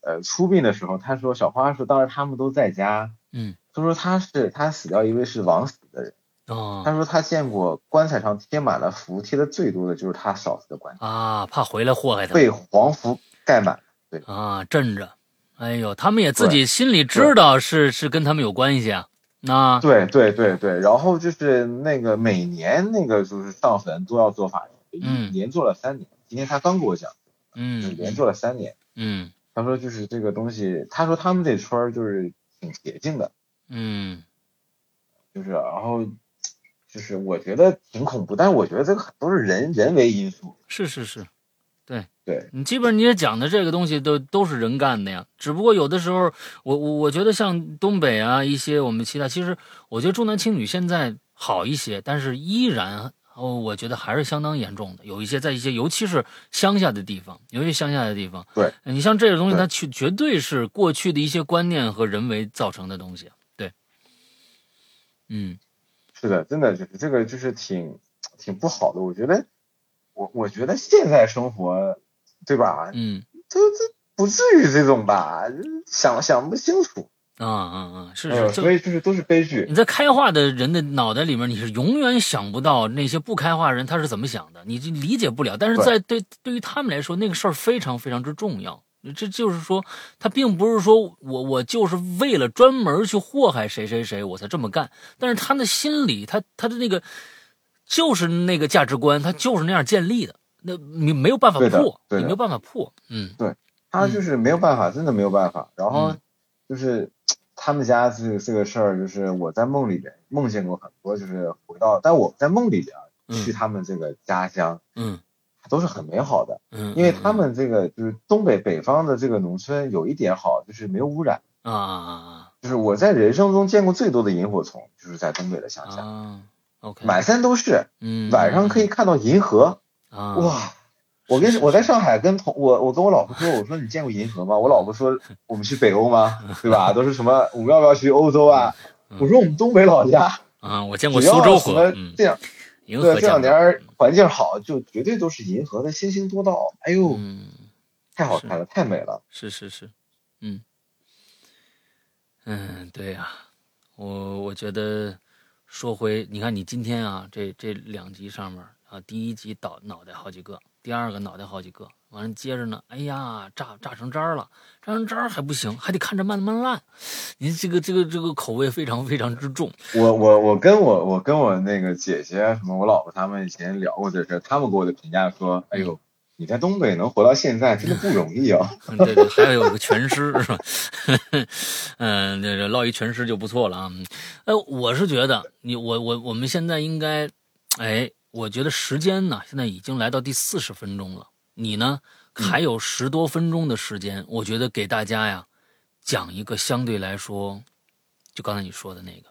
呃出殡的时候，他说小花说当时他们都在家。嗯他说他是他死掉一位是枉死的人，哦他说他见过棺材上贴满了符，贴的最多的就是他嫂子的棺材，啊怕回来祸害他被黄符盖满。啊，镇着。哎呦，他们也自己心里知道是是跟他们有关系啊。 那对对对对，然后就是那个每年那个就是上坟都要做法事，嗯连做了三年。今天他刚跟我讲，就是嗯连做了三年。嗯他说就是这个东西，他说他们这村儿就是挺邪性的，嗯就是然后就是我觉得挺恐怖，但是我觉得这个很多是人人为因素。是是是，对，你基本上你也讲的这个东西都都是人干的呀。只不过有的时候，我我我觉得像东北啊一些我们其他，其实我觉得重男轻女现在好一些，但是依然。哦，我觉得还是相当严重的。有一些在一些，尤其是乡下的地方，尤其乡下的地方，对你像这个东西，对它去绝对是过去的一些观念和人为造成的东西。对，嗯，是的，真的就是这个，就是挺挺不好的。我觉得，我我觉得现在生活，对吧？嗯这这不至于这种吧？想想不清楚，啊啊啊，是呃是，嗯所就以就是都是悲剧。你在开化的人的脑袋里面，你是永远想不到那些不开化人他是怎么想的，你就理解不了。但是在对对于他们来说，那个事儿非常非常之重要。这就是说，他并不是说我我就是为了专门去祸害谁谁谁我才这么干，但是他的心理，他他的那个就是那个价值观，他就是那样建立的，那你没有办法对的破，对的你没有办法破，嗯他就是没有办法，真的没有办法。然后嗯就是他们家这个这个事儿，就是我在梦里边梦见过很多，就是回到，但我在梦里边啊嗯去他们这个家乡，嗯都是很美好的，嗯，因为嗯他们这个就是东北北方的这个农村有一点好，就是没有污染。啊啊就是我在人生中见过最多的萤火虫，就是在东北的啊乡下，啊，OK，满山都是。嗯，晚上可以看到银河，啊，哇！我跟是是我在上海跟同我我跟我老婆说，我说你见过银河吗？我老婆说我们去北欧吗？对吧？都是什么？我们要不要去欧洲啊？嗯我说我们东北老家，啊，我见过只苏要州什河么，嗯，这样银河嗯对这两见过年环境好，就绝对都是银河的星星多到，哎呦嗯，太好看了，太美了。是是是，嗯，嗯，对呀、我我觉得说回，你看你今天啊，这这两集上面啊，第一集倒脑袋好几个，第二个脑袋好几个，完了接着呢，哎呀，炸炸成渣儿了，炸成渣儿还不行，还得看着慢慢烂，您这个这个这个口味非常非常之重，我我我跟我我跟我那个姐姐啊什么我老婆他们以前聊过这事儿，他们给我的评价说，哎呦，你在东北能活到现在真的不容 易啊。嗯对对，还有个全尸是吧？嗯，这个落一全尸就不错了啊。哎，我是觉得你我我我们现在应该，哎，我觉得时间呢现在已经来到第四十分钟了，你呢还有十多分钟的时间，我觉得给大家呀讲一个相对来说，就刚才你说的那个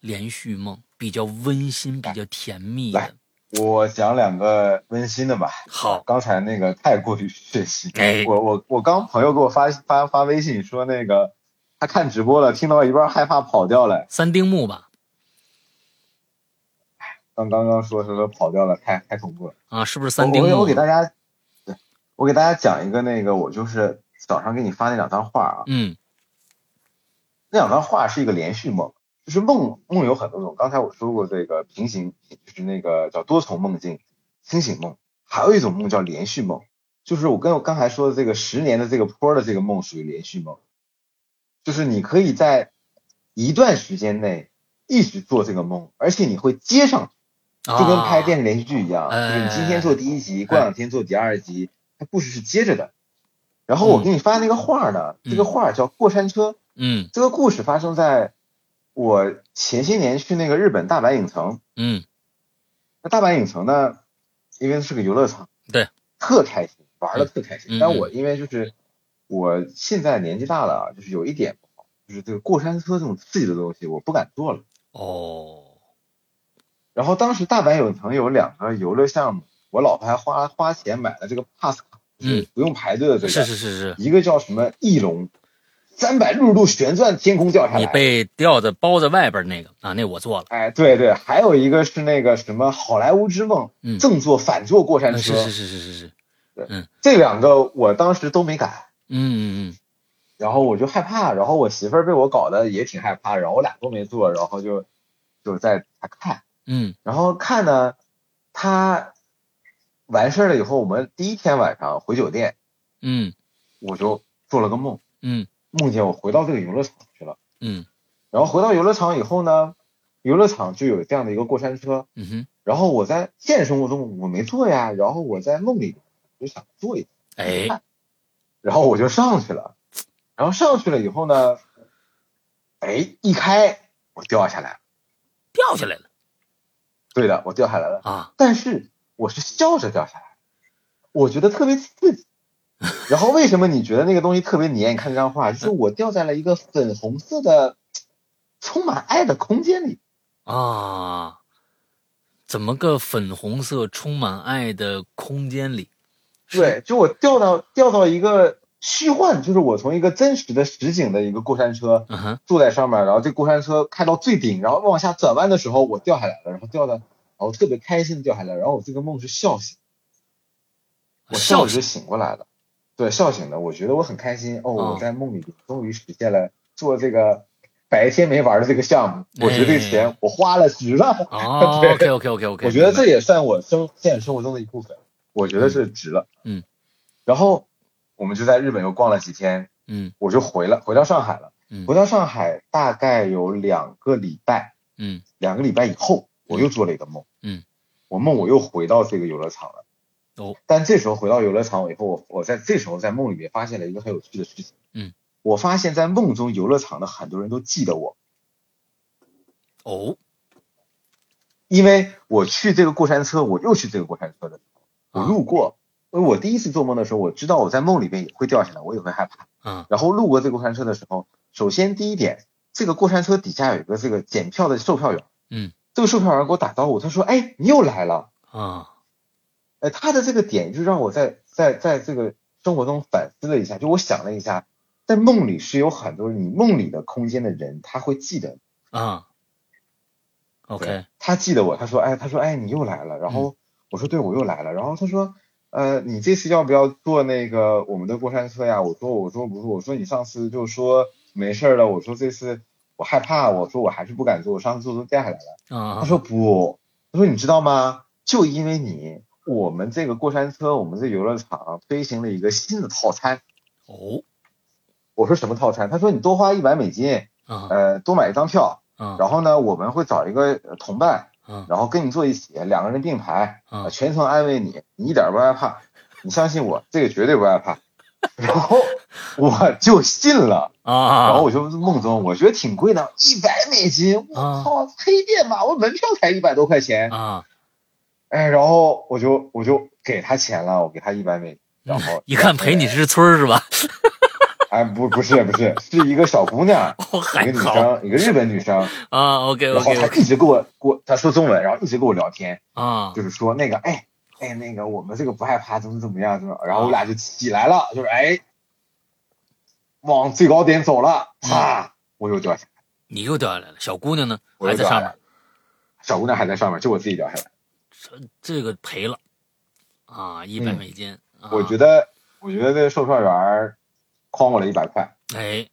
连续梦，比较温馨、比较甜蜜来的。我讲两个温馨的吧。好，刚才那个太过于血腥。哎，我我我刚朋友给我发发发微信说那个他看直播了，听到一半害怕跑掉了，三丁目吧，刚刚刚说说说跑掉了，太太恐怖了。啊，是不是三我丁我我目给？大家，对我给大家讲一个那个我就是早上给你发那两张画啊，嗯那两张画是一个连续梦，就是梦梦有很多种。刚才我说过这个平行，就是那个叫多重梦境、清醒梦，还有一种梦叫连续梦，就是我跟我刚才说的这个十年的这个坡的这个梦属于连续梦，就是你可以在一段时间内一直做这个梦，而且你会接上啊，就跟拍电视连续剧一样，哎就是你今天做第一集，过两天做第二集，它故事是接着的。然后我给你发那个画呢，嗯这个画叫《过山车》，嗯这个故事发生在我前些年去那个日本大阪影城。嗯那大阪影城呢，因为是个游乐场，对，特开心，玩的特开嗯嗯心。但我因为就是我现在年纪大了啊，就是有一点不好，就是这个过山车这种刺激的东西，我不敢做了。哦。然后当时大阪影城有两个游乐项目，我老婆还花花钱买了这个 pass 卡，就是不用排队的这嗯个，是是是是，一个叫什么翼龙，三百六十度旋转天空掉下你来。被吊在包在外边那个啊，那我做了。哎，对对，还有一个是那个什么好莱坞之梦，嗯正坐反坐过山呃车，是是是是是是，这两个我当时都没敢，嗯嗯然后我就害怕，然后我媳妇儿被我搞得也挺害怕，然后我俩都没做，然后就就在看，嗯然后看呢，他完事儿了以后，我们第一天晚上回酒店，嗯我就做了个梦，嗯梦见我回到这个游乐场去了。嗯然后回到游乐场以后呢，游乐场就有这样的一个过山车。嗯哼，然后我在现实生活中我没坐呀，然后我在梦里就想坐一下，哎，啊然后我就上去了。然后上去了以后呢，哎，一开我掉下来了。掉下来了对的，我掉下来了。啊，但是我是笑着掉下来，我觉得特别刺激。然后为什么你觉得那个东西特别黏？你看这张画，就是我掉在了一个粉红色的、充满爱的空间里。啊，怎么个粉红色充满爱的空间里？是对，就我掉到掉到一个虚幻，就是我从一个真实的实景的一个过山车嗯哼，坐在上面，然后这过山车开到最顶，然后往下转弯的时候我掉下来了，然后掉的，然后特别开心的掉下来，然后我这个梦是笑醒。我笑笑着就醒过来了，对，笑醒了。我觉得我很开心哦，哦我在梦里终于实现了做这个白天没玩的这个项目，我觉哎得这个钱我花了值了。哦 对，OK OK OK OK，我觉得这也算我生现实生活中的一部分，我觉得是值了。嗯，然后我们就在日本又逛了几天，嗯我就回了，回到上海了。嗯回到上海大概有两个礼拜，嗯两个礼拜以后我又做了一个梦，嗯，我梦我又回到这个游乐场了。哦，但这时候回到游乐场以后，我我在这时候在梦里面发现了一个很有趣的事情。嗯，我发现，在梦中游乐场的很多人都记得我，哦因为我去这个过山车，我又去这个过山车的时候，啊我路过。因为我第一次做梦的时候，我知道我在梦里面也会掉下来，我也会害怕。啊然后路过这个过山车的时候，首先第一点，这个过山车底下有一个这个检票的售票员，嗯，这个售票员给我打招呼，他说：“哎，你又来了。”啊哎，他的这个点就让我在在在这个生活中反思了一下，就我想了一下，在梦里是有很多你梦里的空间的人，他会记得你啊，OK，他记得我，他说，哎，他说，哎，你又来了，然后我说，对，我又来了，然后他说，呃，你这次要不要坐那个我们的过山车呀？我说我说不是，我说你上次就说没事儿了，我说这次我害怕，我说我还是不敢坐，我上次坐都掉下来了。他啊说不，他说你知道吗？就因为你，我们这个过山车，我们这游乐场推行了一个新的套餐。哦我说什么套餐？他说你多花一百美金，啊呃，多买一张票，啊然后呢，我们会找一个呃同伴，啊然后跟你坐一起，两个人并排，啊呃全程安慰你，你一点儿不害怕，你相信我，这个绝对不害怕。然后我就信了，然后啊！我就梦中，我觉得挺贵的，一百美金，我啊操，黑店吧，我门票才一百多块钱，啊！哎，然后我就我就给他钱了，我给他一百美金，然后一看陪你是村儿是吧？ 哎，不不是不是，是一个小姑娘，哦，还一个女好生，一个日本女 生，啊。OK 然后 OK 她一直跟我跟我她说中文，然后一直跟我聊天，啊就是说那个哎哎那个我们这个不害怕，怎么怎么样，怎么，然啊后我俩就起来了，就是哎，往最高点走了，嗯啪，我又掉下来，你又掉下来了，小姑娘呢我还又在掉下上来面了，，小姑娘还在上面，就我自己掉下来了。这个赔了啊，一百嗯美金。啊我觉得我觉得这个售票员儿诓我了一百块。哎，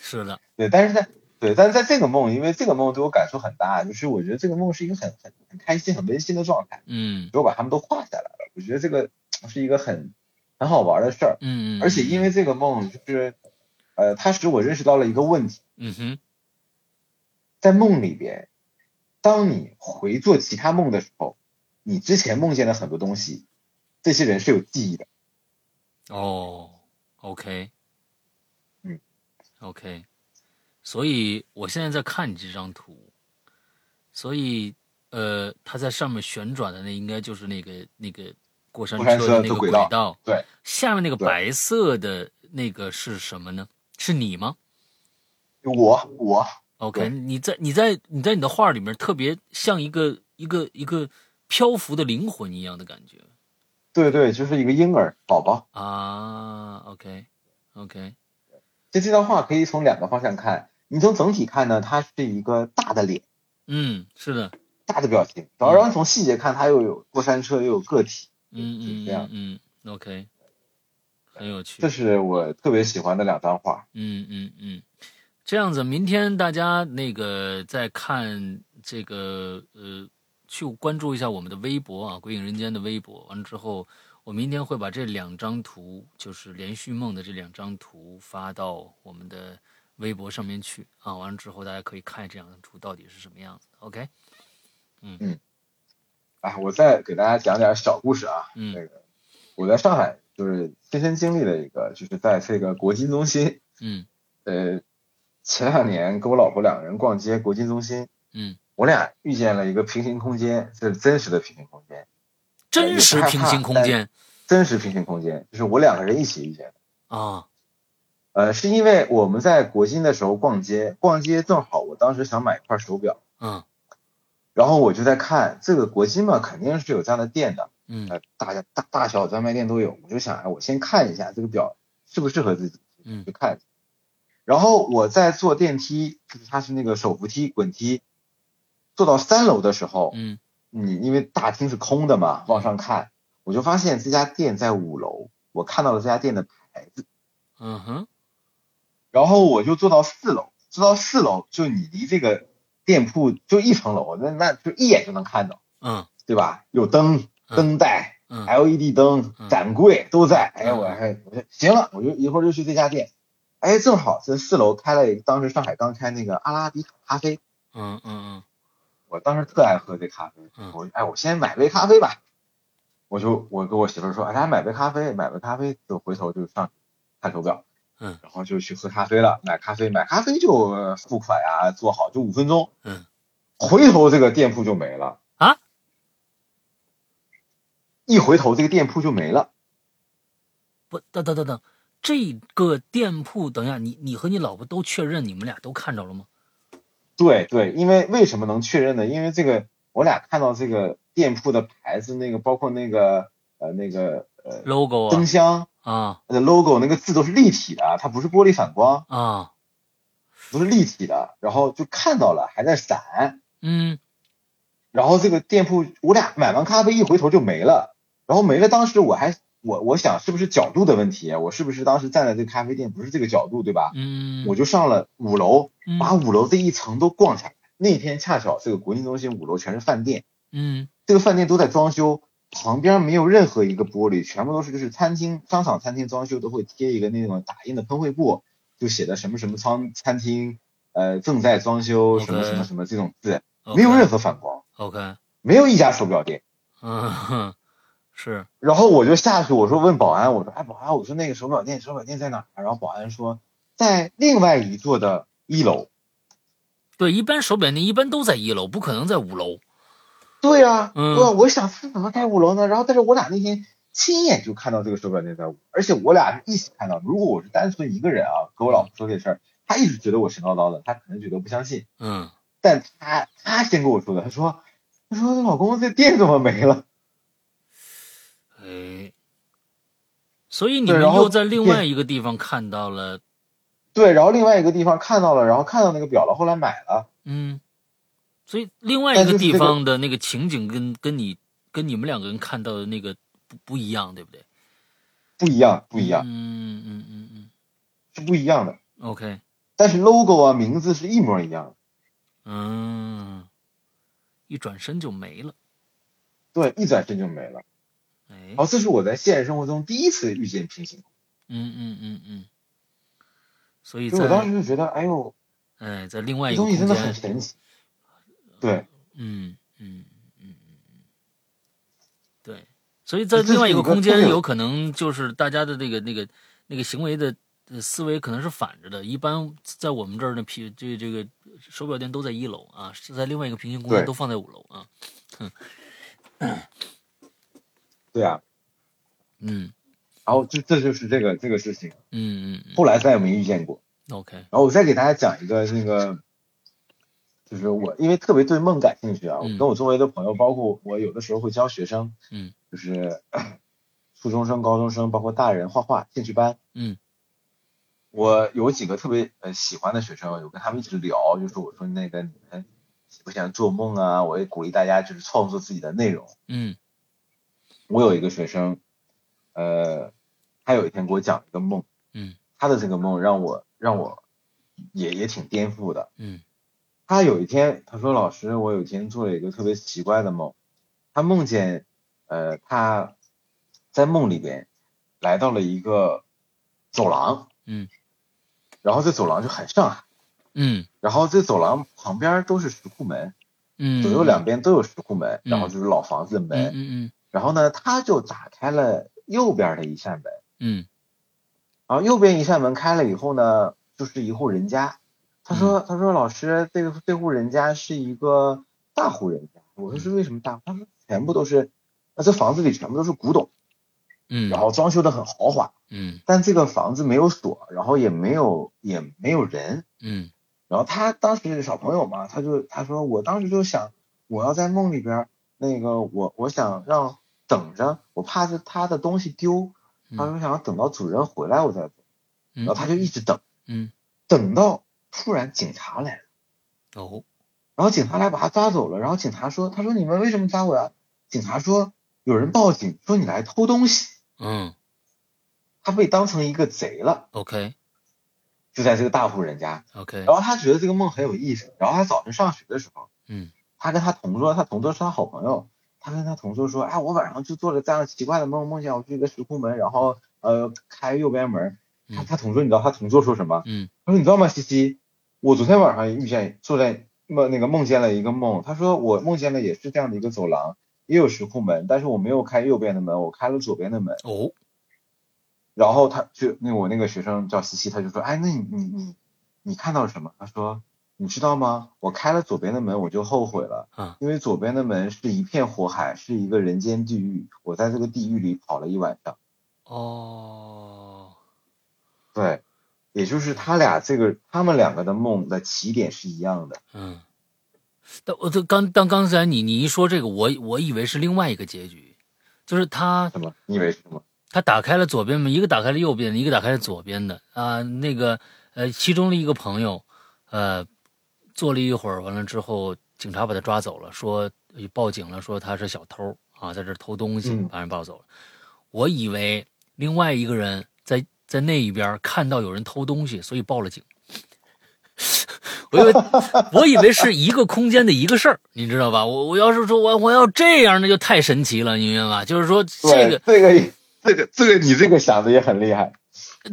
是的，对，但是在对，但是在这个梦，因为这个梦对我感触很大，就是我觉得这个梦是一个很很很开心、很温馨的状态，嗯给我把他们都画下来了。我觉得这个是一个很很好玩的事儿，嗯嗯，而且因为这个梦，就是呃，它使我认识到了一个问题，嗯哼在梦里边，当你回做其他梦的时候，你之前梦见的很多东西，这些人是有记忆的。哦，OK，嗯，OK，所以我现在在看你这张图，所以呃，它在上面旋转的那应该就是那个那个过山过山车车的那的个轨道，道对，下面那个对白色的那个是什么呢？是你吗？我我 OK，对你在你在你在你的画里面特别像一个一个一个漂浮的灵魂一样的感觉对对，就是一个婴儿宝宝。啊。OK OK，这这张画可以从两个方向看，你从整体看呢，它是一个大的脸。嗯，是的，大的表情，然后然后从细节看，它又有过山车，又有个体，嗯嗯这样嗯嗯嗯，OK，很有趣这。是我特别喜欢的两张画。嗯嗯嗯，这样子，明天大家那个再看这个呃，去关注一下我们的微博啊，《鬼影人间》的微博。完了之后，我明天会把这两张图，就是连续梦的这两张图发到我们的微博上面去啊。完了之后，大家可以看这两张图到底是什么样子。OK，啊，我再给大家讲点小故事啊。嗯那个我在上海就是亲身经历了一个，就是在这个国金中心，嗯呃，前两年跟我老婆两个人逛街，国金中心，嗯，我俩遇见了一个平行空间，这是真实的平行空间，真实平行空间真实平行空间，就是我两个人一起遇见的。啊，呃，是因为我们在国金的时候逛街，逛街正好我当时想买一块手表。嗯然后我就在看这个国金嘛，肯定是有这样的店的，嗯呃，大家大大小专卖店都有。我就想，哎，我先看一下这个表适不适合自己，嗯就看一下。然后我在坐电梯，就是它是那个手扶梯、滚梯，坐到三楼的时候，嗯你因为大厅是空的嘛，往上看，我就发现这家店在五楼，我看到了这家店的牌子，嗯哼然后我就坐到四楼，坐到四楼就你离这个店铺就一层楼，那那就一眼就能看到。嗯对吧？有灯、嗯灯带、嗯 LED E 灯嗯、展柜都在。哎呀，嗯我还我说行了，我就一会儿就去这家店。哎，正好这四楼开了一个，当时上海刚开那个阿拉比卡咖啡，嗯嗯嗯我当时特爱喝这咖啡嗯。我哎，我先买杯咖啡吧。我就我跟我媳妇儿说，哎，咱买杯咖啡，买杯咖啡，就回头就上去看手表。嗯，然后就去喝咖啡了，买咖啡，买咖啡就呃付款啊，做好就五分钟。嗯，回头这个店铺就没了啊！一回头这个店铺就没了，不，等等等等，这个店铺，等一下，你你和你老婆都确认你们俩都看着了吗？对对，因为为什么能确认呢？因为这个我俩看到这个店铺的牌子，那个包括那个呃那个呃 logo 灯箱啊的 logo 那个字都是立体的啊，它不是玻璃反光，啊啊，不是立体的，然后就看到了还在闪，嗯然后这个店铺我俩买完咖啡一回头就没了，然然后没了，当时我还我我想是不是角度的问题，我是不是当时站在这个咖啡店不是这个角度，对吧？嗯，我就啊上了五楼，嗯把五楼这一层都逛下来。那天恰巧这个国际中心五楼全是饭店，嗯这个饭店都在装修，旁边没有任何一个玻璃，全部都是就是餐厅、商场、餐厅装修都会贴一个那种打印的喷绘布，就写的什么什么餐餐厅，呃正在装修 OK 什么什么什么这种字， ，OK，没有任何反光， OK，没有一家手表店。嗯哼，是，然后我就下去，我说问保安，我说哎保安，我说那个手表店手表店在哪儿？然后保安说在另外一座的一楼。对，一般手表店一般都在一楼，不可能在五楼。对呀、嗯对、我想他怎么在五楼呢？然后但是我俩那天亲眼就看到这个手表店在五楼，而且我俩是一起看到的。如果我是单纯一个人啊，和我老婆说这事儿，她一直觉得我神叨叨的，她可能觉得不相信，嗯，但她她先跟我说的，她说她说老公这店怎么没了？哎，所以你对们然后又在另外一个地方看到了，对，然后另外一个地方看到了，然后看到那个表了，后来买了。嗯，所以另外但一个就是地这个方的那个情景跟跟你跟你们两个人看到的那个不不一样，对不对？不一样，不一样，嗯嗯嗯嗯是不一样的。嗯，OK，但是 logo 啊，名字是一模一样的。嗯，一转身就没了，对，一转身就没了。哎然，后这是我在现实生活中第一次遇见平行空嗯嗯嗯嗯，所以间，所以我当在时就觉得，哎呦，哎在另外这一个东西空真的很间，神奇。对，嗯嗯嗯嗯，对，所以在这是另外一个整个空间，特有有可能就是大家的那个那个那个行为的呃思维可能是反着的。一般在我们这儿呢，皮这这个手表店都在一楼啊，是在另外一个平行空间对都放在五楼啊。对啊。嗯然后这这就是这个这个事情，嗯嗯后来再也没遇见过。嗯，OK，然后我再给大家讲一个那个，就是我因为特别对梦感兴趣啊，我嗯跟我周围的朋友，包括我有的时候会教学生，嗯，就是 咳初中生、高中生，包括大人画画兴趣班，嗯，我有几个特别呃喜欢的学生，有跟他们一直聊，就是我说那个你们喜不喜欢做梦啊？我也鼓励大家就是创作自己的内容。嗯我有一个学生，呃，他有一天给我讲一个梦，嗯他的这个梦让我让我也也挺颠覆的。嗯他有一天，他说：“老师，我有一天做了一个特别奇怪的梦，他梦见，呃，他在梦里边来到了一个走廊，嗯，然后这走廊就很上海，嗯然后这走廊旁边都是石库门，嗯，左右两边都有石库门，嗯然后就是老房子嗯的门，嗯然后呢，他就打开了右边的一扇门，嗯然后右边一扇门开了以后呢，就是一户人家。他说：“他说老师，这个这户人家是一个大户人家。”我说：“是为什么大户？”他说：“全部都是，啊，这房子里全部都是古董，嗯，然后装修的很豪华，嗯但这个房子没有锁，然后也没有也没有人。嗯然后他当时是小朋友嘛，他就他说我当时就想，我要在梦里边儿那个我我想让等着，我怕是他的东西丢，他说想等到主人回来我再走。嗯，然后他就一直等。”嗯等到突然警察来了，哦然后警察来把他抓走了，然后警察说：“他说你们为什么抓我呀？”警察说：“有人报警说你来偷东西，嗯他被当成一个贼了， ，OK 就在这个大户人家。”然 OK，后他觉得这个梦很有意思，然后他早晨上学的时候，嗯，他跟他同桌，他同桌是他好朋友，他跟他同桌说：“哎，我晚上就做了这样奇怪的梦，梦见我去一个石库门，然后呃开右边门。”他嗯他同桌，你知道他同桌说什么？嗯他说你知道吗，西西，我昨天晚上也遇见坐在梦那个梦见了一个梦，他说我梦见了也是这样的一个走廊，也有石库门，但是我没有开右边的门，我开了左边的门。哦然后他就那我那个学生叫西西，他就说，哎，那你你你你看到了什么？他说你知道吗？我开了左边的门，我就后悔了啊，因为左边的门是一片火海，是一个人间地狱，我在这个地狱里跑了一晚上。哦，对，也就是他俩这个他们两个的梦的起点是一样的。嗯，但我这刚但刚才你你一说这个，我我以为是另外一个结局，就是他什么？你以为是什么？他打开了左边门，一个打开了右边，一个打开了左边的啊、那个呃，其中的一个朋友呃呃坐了一会儿，完了之后警察把他抓走了，说报警了，说他是小偷啊、啊，在这儿偷东西，嗯把人抱走了。我以为另外一个人在在那一边看到有人偷东西，所以报了警。 我以 为我以为是一个空间的一个事儿，你知道吧？我我要是说我我要这样，那就太神奇了，你明白吧？就是说这个对，这个这个这个你这个想的也很厉害，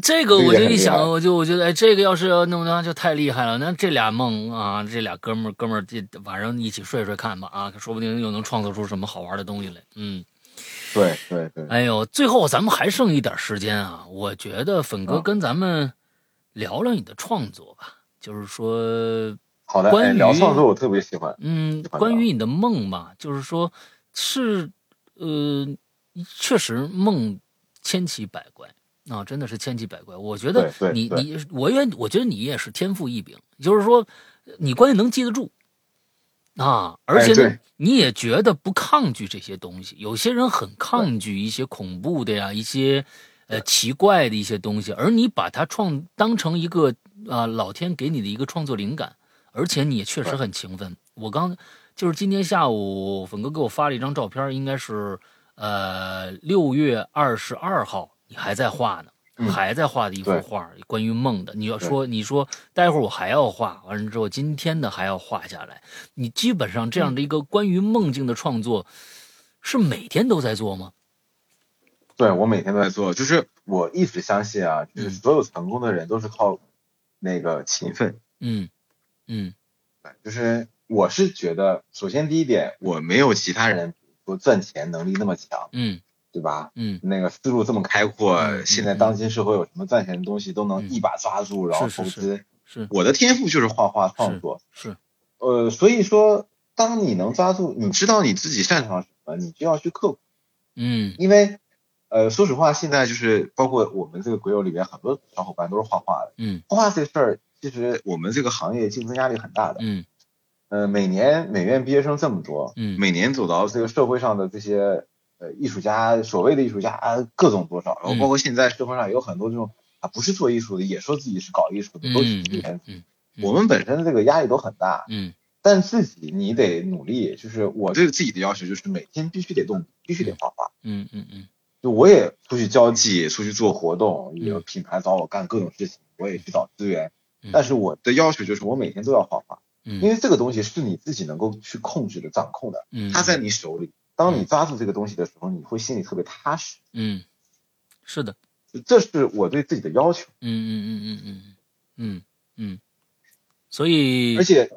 这个我就一这个很厉害想，我就我觉得，哎，这个要是要弄的话就太厉害了。那这俩梦啊，这俩哥们儿哥们儿，这晚上一起睡睡看吧啊，说不定又能创作出什么好玩的东西来。嗯，对对对，哎呦，最后咱们还剩一点时间啊，我觉得粉哥嗯跟咱们聊聊你的创作吧，就是说，好的，关哎于聊创作我特别喜欢，嗯，好的关于你的梦吧，就是说，是，呃，确实梦千奇百怪啊，真的是千奇百怪。我觉得对对你对你我也我觉得你也是天赋异禀，就是说你关键能记得住啊，而且呢哎对你也觉得不抗拒这些东西。有些人很抗拒一些恐怖的呀，一些呃奇怪的一些东西，而你把它创当成一个啊、老天给你的一个创作灵感，而且你也确实对很勤奋。我刚就是今天下午，粉哥给我发了一张照片，应该是呃六月二十二号，你还在画呢，嗯还在画的一幅对画，关于梦的。你要说你说待会儿我还要画，完了之后今天的还要画下来，你基本上这样的一个关于梦境的创作，是每天都在做吗？对我每天都在做，就是我一直相信啊，就是嗯所有成功的人都是靠那个勤奋，嗯嗯就是我是觉得，首先第一点，我没有其他人比如说赚钱能力那么强，嗯对吧？嗯，那个思路这么开阔，嗯嗯现在当今社会有什么赚钱的东西都能嗯一把抓住，然后是投是资。是我的天赋就是画画创作，是，呃，所以说，当你能抓住，你知道你自己擅长什么，你就要去刻苦，嗯因为。呃，说实话，现在就是包括我们这个鬼友里面，很多小伙伴都是画画的。嗯画画这事儿，其实我们这个行业竞争压力很大的。嗯呃，每年美院毕业生这么多，嗯每年走到这个社会上的这些呃艺术家，所谓的艺术家啊各种多少，嗯然后包括现在社会上也有很多这种啊不是做艺术的，也说自己是搞艺术的，都是嗯艺人。嗯嗯我们本身这个压力都很大，嗯但自己你得努力，就是我对自己的要求就是每天必须得动，必须得画画。嗯嗯嗯就我也出去交际，出去做活动，嗯有品牌找我干各种事情，我也去找资源嗯。但是我的要求就是我每天都要画画，嗯，因为这个东西是你自己能够去控制的、掌控的。嗯它在你手里。当你抓住这个东西的时候，你会心里特别踏实。嗯，是的，这是我对自己的要求，嗯嗯嗯嗯嗯嗯嗯，所以而且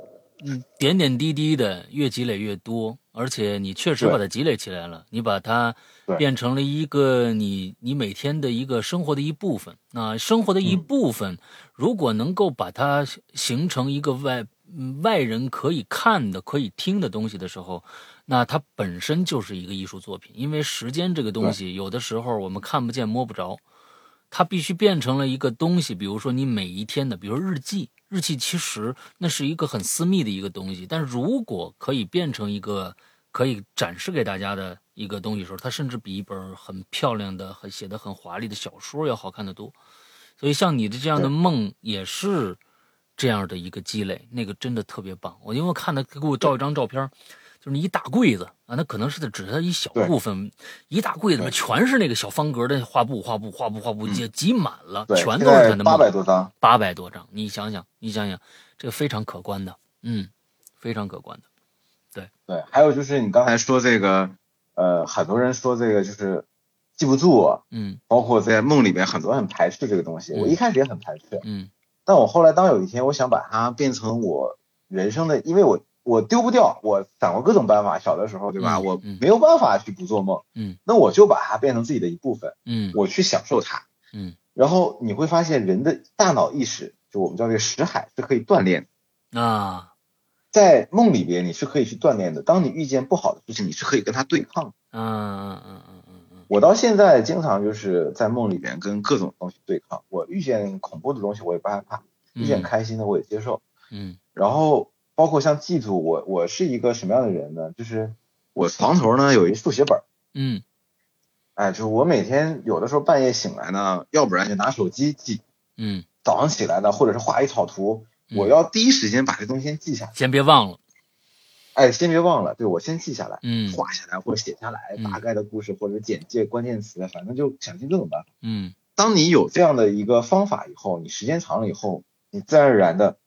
嗯点点滴滴的越积累越多，而且你确实把它积累起来了，你把它对变成了一个你你每天的一个生活的一部分。那生活的一嗯部分，如果能够把它形成一个外嗯外人可以看的、可以听的东西的时候，那它本身就是一个艺术作品。因为时间这个东西，有的时候我们看不见、摸不着，它必须变成了一个东西，比如说你每一天的，比如日记，日记其实那是一个很私密的一个东西，但如果可以变成一个可以展示给大家的一个东西的时候，它甚至比一本很漂亮的、很写的很华丽的小说要好看得多。所以像你的这样的对梦也是这样的一个积累，那个真的特别棒。我因为我看他给我照一张照片，就是一大柜子啊，那可能是只是它一小对部分，一大柜子里面对全是那个小方格的画布、画布、画布、画布，嗯挤挤满了，对，全现都是他在的八梦。百多张，八百多张，你想想，你想想，这个非常可观的，嗯，非常可观的，对，还有就是你刚才说这个，呃，很多人说这个就是记不住，嗯包括在梦里面很多人很排斥这个东西，嗯我一开始也很排斥，嗯但我后来当有一天我想把它变成我人生的，因为我我丢不掉，我想过各种办法，小的时候对吧，嗯我嗯没有办法去不做梦，嗯，那我就把它变成自己的一部分，嗯我去享受它，嗯，然后你会发现人的大脑意识，就我们叫这个识海是可以锻炼的，啊在梦里边你是可以去锻炼的。当你遇见不好的事情，你是可以跟它对抗的。嗯嗯嗯嗯嗯嗯我到现在经常就是在梦里边跟各种东西对抗，我遇见恐怖的东西我也不害怕，遇见嗯开心的我也接受。嗯然后包括像嫉妒，我我是一个什么样的人呢？就是我床头呢有一数学本儿，嗯哎，就是我每天有的时候半夜醒来呢，要不然就拿手机记，嗯，早上起来呢，或者是画一草图，嗯我要第一时间把这东西先记下来。先别忘了，哎，先别忘了，对我先记下来，嗯画下来或者写下来嗯大概的故事或者简介、关键词，反正就想尽各种办法。嗯当你有这样的一个方法以后，你时间长了以后，你自然而然的，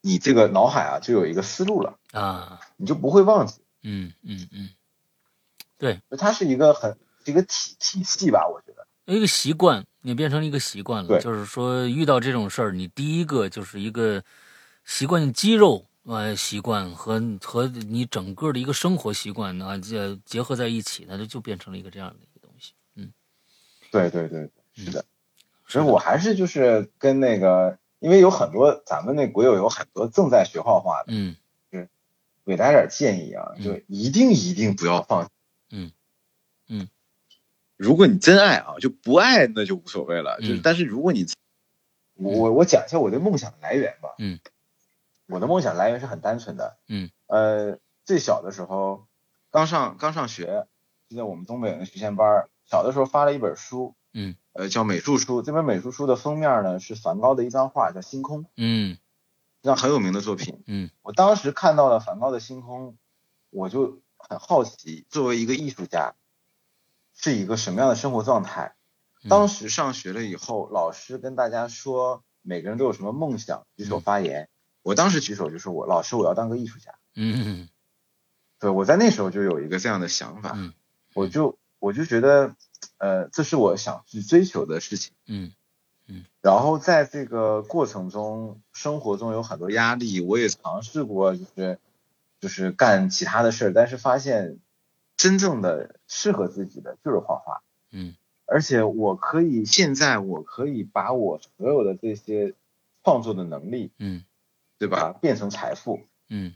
你这个脑海啊就有一个思路了，啊，你就不会忘记。嗯嗯嗯，它是一个很一个体体系吧，我觉得。一个习惯，你变成了一个习惯了。对就是说，遇到这种事儿，你第一个就是一个习惯性肌肉呃习惯和和你整个的一个生活习惯呢结结合在一起，它就就变成了一个这样的一个东西。对对对，是的。是所以我还是就是跟那个，因为有很多咱们那国友有很多正在学画画的，嗯给大家点建议啊，嗯就一定一定不要放弃。嗯嗯，如果你真爱啊，就不爱那就无所谓了。嗯就是但是如果你我我我讲一下我的梦想来源吧。嗯，我的梦想来源是很单纯的。嗯，呃，最小的时候，刚上刚上学，就在我们东北有个学前班儿。小的时候发了一本书，嗯，呃，叫美术书。这本美术书的封面呢是梵高的一张画，叫《星空》，嗯一张很有名的作品。嗯，我当时看到了梵高的《星空》，我就很好奇，作为一个艺术家，是一个什么样的生活状态？嗯当时上学了以后，老师跟大家说，每个人都有什么梦想，举嗯手发言。我当时举手就说我老师我要当个艺术家。嗯对，我在那时候就有一个这样的想法，嗯我就我就觉得，呃，这是我想去追求的事情。嗯然后在这个过程中，生活中有很多压力，我也尝试过，就是就是干其他的事儿，但是发现真正的适合自己的就是画画。嗯而且我可以现在我可以把我所有的这些创作的能力，嗯对吧，变成财富。嗯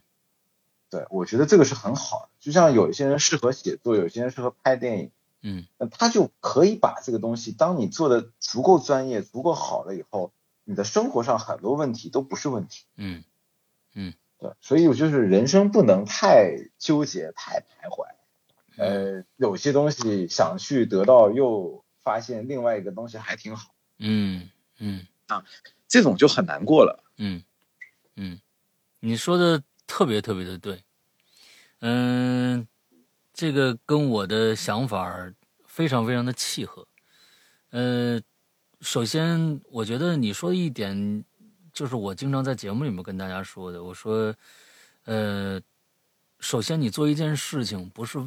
对，我觉得这个是很好的。就像有一些人适合写作，有些人适合拍电影，嗯那他就可以把这个东西，当你做的足够专业、足够好了以后，你的生活上很多问题都不是问题。嗯对，所以我就是人生不能太纠结、太徘徊。呃，有些东西想去得到，又发现另外一个东西还挺好。嗯嗯这种就很难过了。嗯嗯，你说的特别特别的对。嗯、这个跟我的想法儿非常非常的契合。呃，首先我觉得你说的一点，就是我经常在节目里面跟大家说的，我说，呃，首先你做一件事情，不是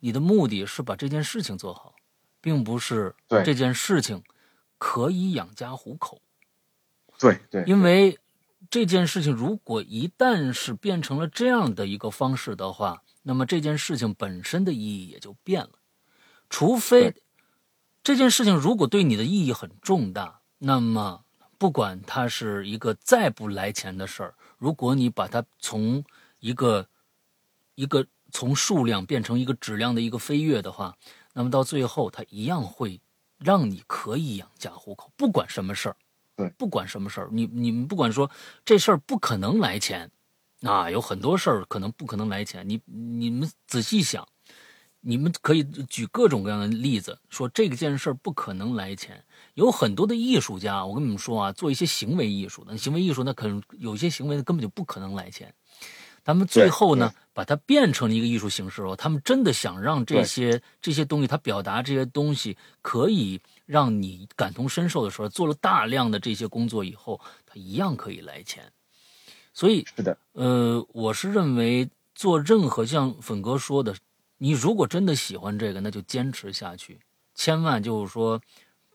你的目的是把这件事情做好，并不是对这件事情可以养家糊口。对对因为这件事情如果一旦是变成了这样的一个方式的话，那么这件事情本身的意义也就变了。除非这件事情如果对你的意义很重大，那么不管它是一个再不来钱的事儿，如果你把它从一个一个从数量变成一个质量的一个飞跃的话，那么到最后它一样会让你可以养家糊口，不管什么事儿。不管什么事儿，你你们不管说这事儿不可能来钱，啊，有很多事儿可能不可能来钱。你你们仔细想，你们可以举各种各样的例子，说这件事儿不可能来钱。有很多的艺术家，我跟你们说啊，做一些行为艺术的，行为艺术那可能有些行为根本就不可能来钱。他们最后呢，把它变成了一个艺术形式哦。他们真的想让这对些这些东西，他表达这些东西，可以让你感同身受的时候，做了大量的这些工作以后，他一样可以来钱。所以，是的，呃，我是认为做任何像粉哥说的，你如果真的喜欢这个，那就坚持下去，千万就是说，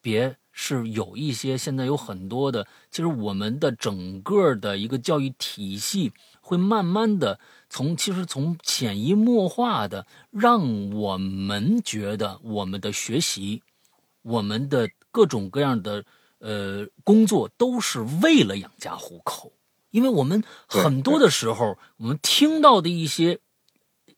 别是有一些现在有很多的，其实我们的整个的一个教育体系会慢慢的从其实从潜移默化的让我们觉得我们的学习，我们的各种各样的呃工作都是为了养家糊口。因为我们很多的时候，我们听到的一些，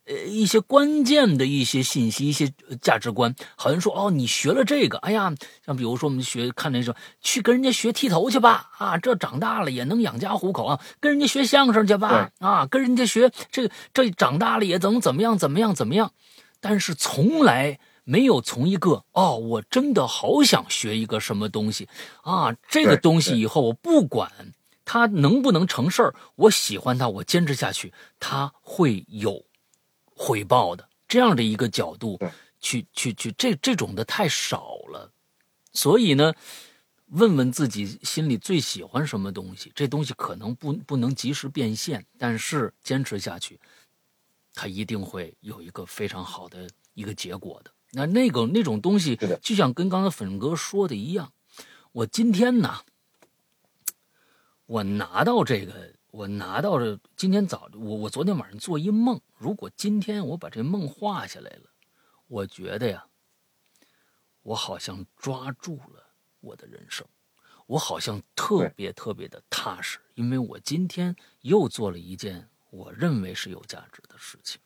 呃，一些关键的一些信息、一些呃价值观，好像说哦，你学了这个，哎呀，像比如说我们学看那种，去跟人家学剃头去吧，啊，这长大了也能养家糊口啊，跟人家学相声去吧，啊，跟人家学这这长大了也怎么怎么样怎么样怎么样，但是从来。没有从一个哦，我真的好想学一个什么东西啊！这个对东西对以后我不管他能不能成事儿，我喜欢他，我坚持下去，他会有回报的。这样的一个角度对去去去，这这种的太少了。所以呢，问问自己心里最喜欢什么东西，这东西可能不不能及时变现，但是坚持下去，它一定会有一个非常好的一个结果的。那那个那种东西是的，就像跟刚才粉哥说的一样，我今天呢，我拿到这个，我拿到这，今天早，我我昨天晚上做一梦，如果今天我把这梦画下来了，我觉得呀，我好像抓住了我的人生，我好像特别特别的踏实，因为我今天又做了一件我认为是有价值的事情。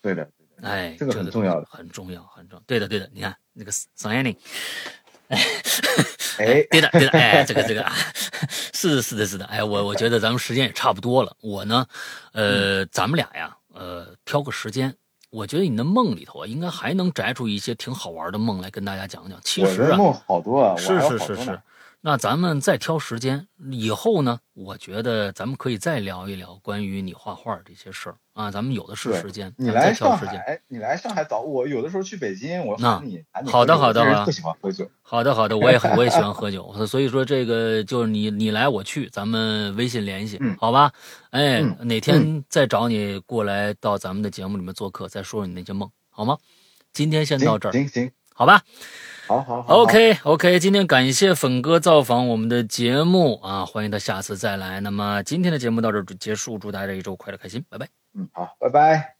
对的，哎，这个很重要的很重要，很重要。对的，对的，你看那个 Sunny，哎，对的，对的，哎，这个这个啊，是的，是的，是的，哎，我我觉得咱们时间也差不多了，我呢，嗯呃，咱们俩呀，呃，挑个时间。我觉得你的梦里头啊，应该还能摘出一些挺好玩的梦来跟大家讲讲。其我实的啊，梦好多啊，我是还有是好是多呢是，，那咱们再挑时间，以后呢，我觉得咱们可以再聊一聊关于你画画这些事儿啊，咱们有的是对时间，你咱再来挑上时间。海，你来上海找我，有的时候去北京，我那喊你，喊你好的喝酒好的我这人好的特喜欢喝酒，好的，好的，我也很我也喜欢喝酒，所以说这个就是你你来我去，咱们微信联系，嗯好吧？哎，嗯哪天再找你过来到咱们的节目里面做客，再说说你那些梦，好吗？今天先行到这儿，行行，好吧？好好好 OK OK，今天感谢粉哥造访我们的节目啊，欢迎他下次再来。那么今天的节目到这儿结束，祝大家这一周快乐开心，拜拜。嗯，好，拜拜。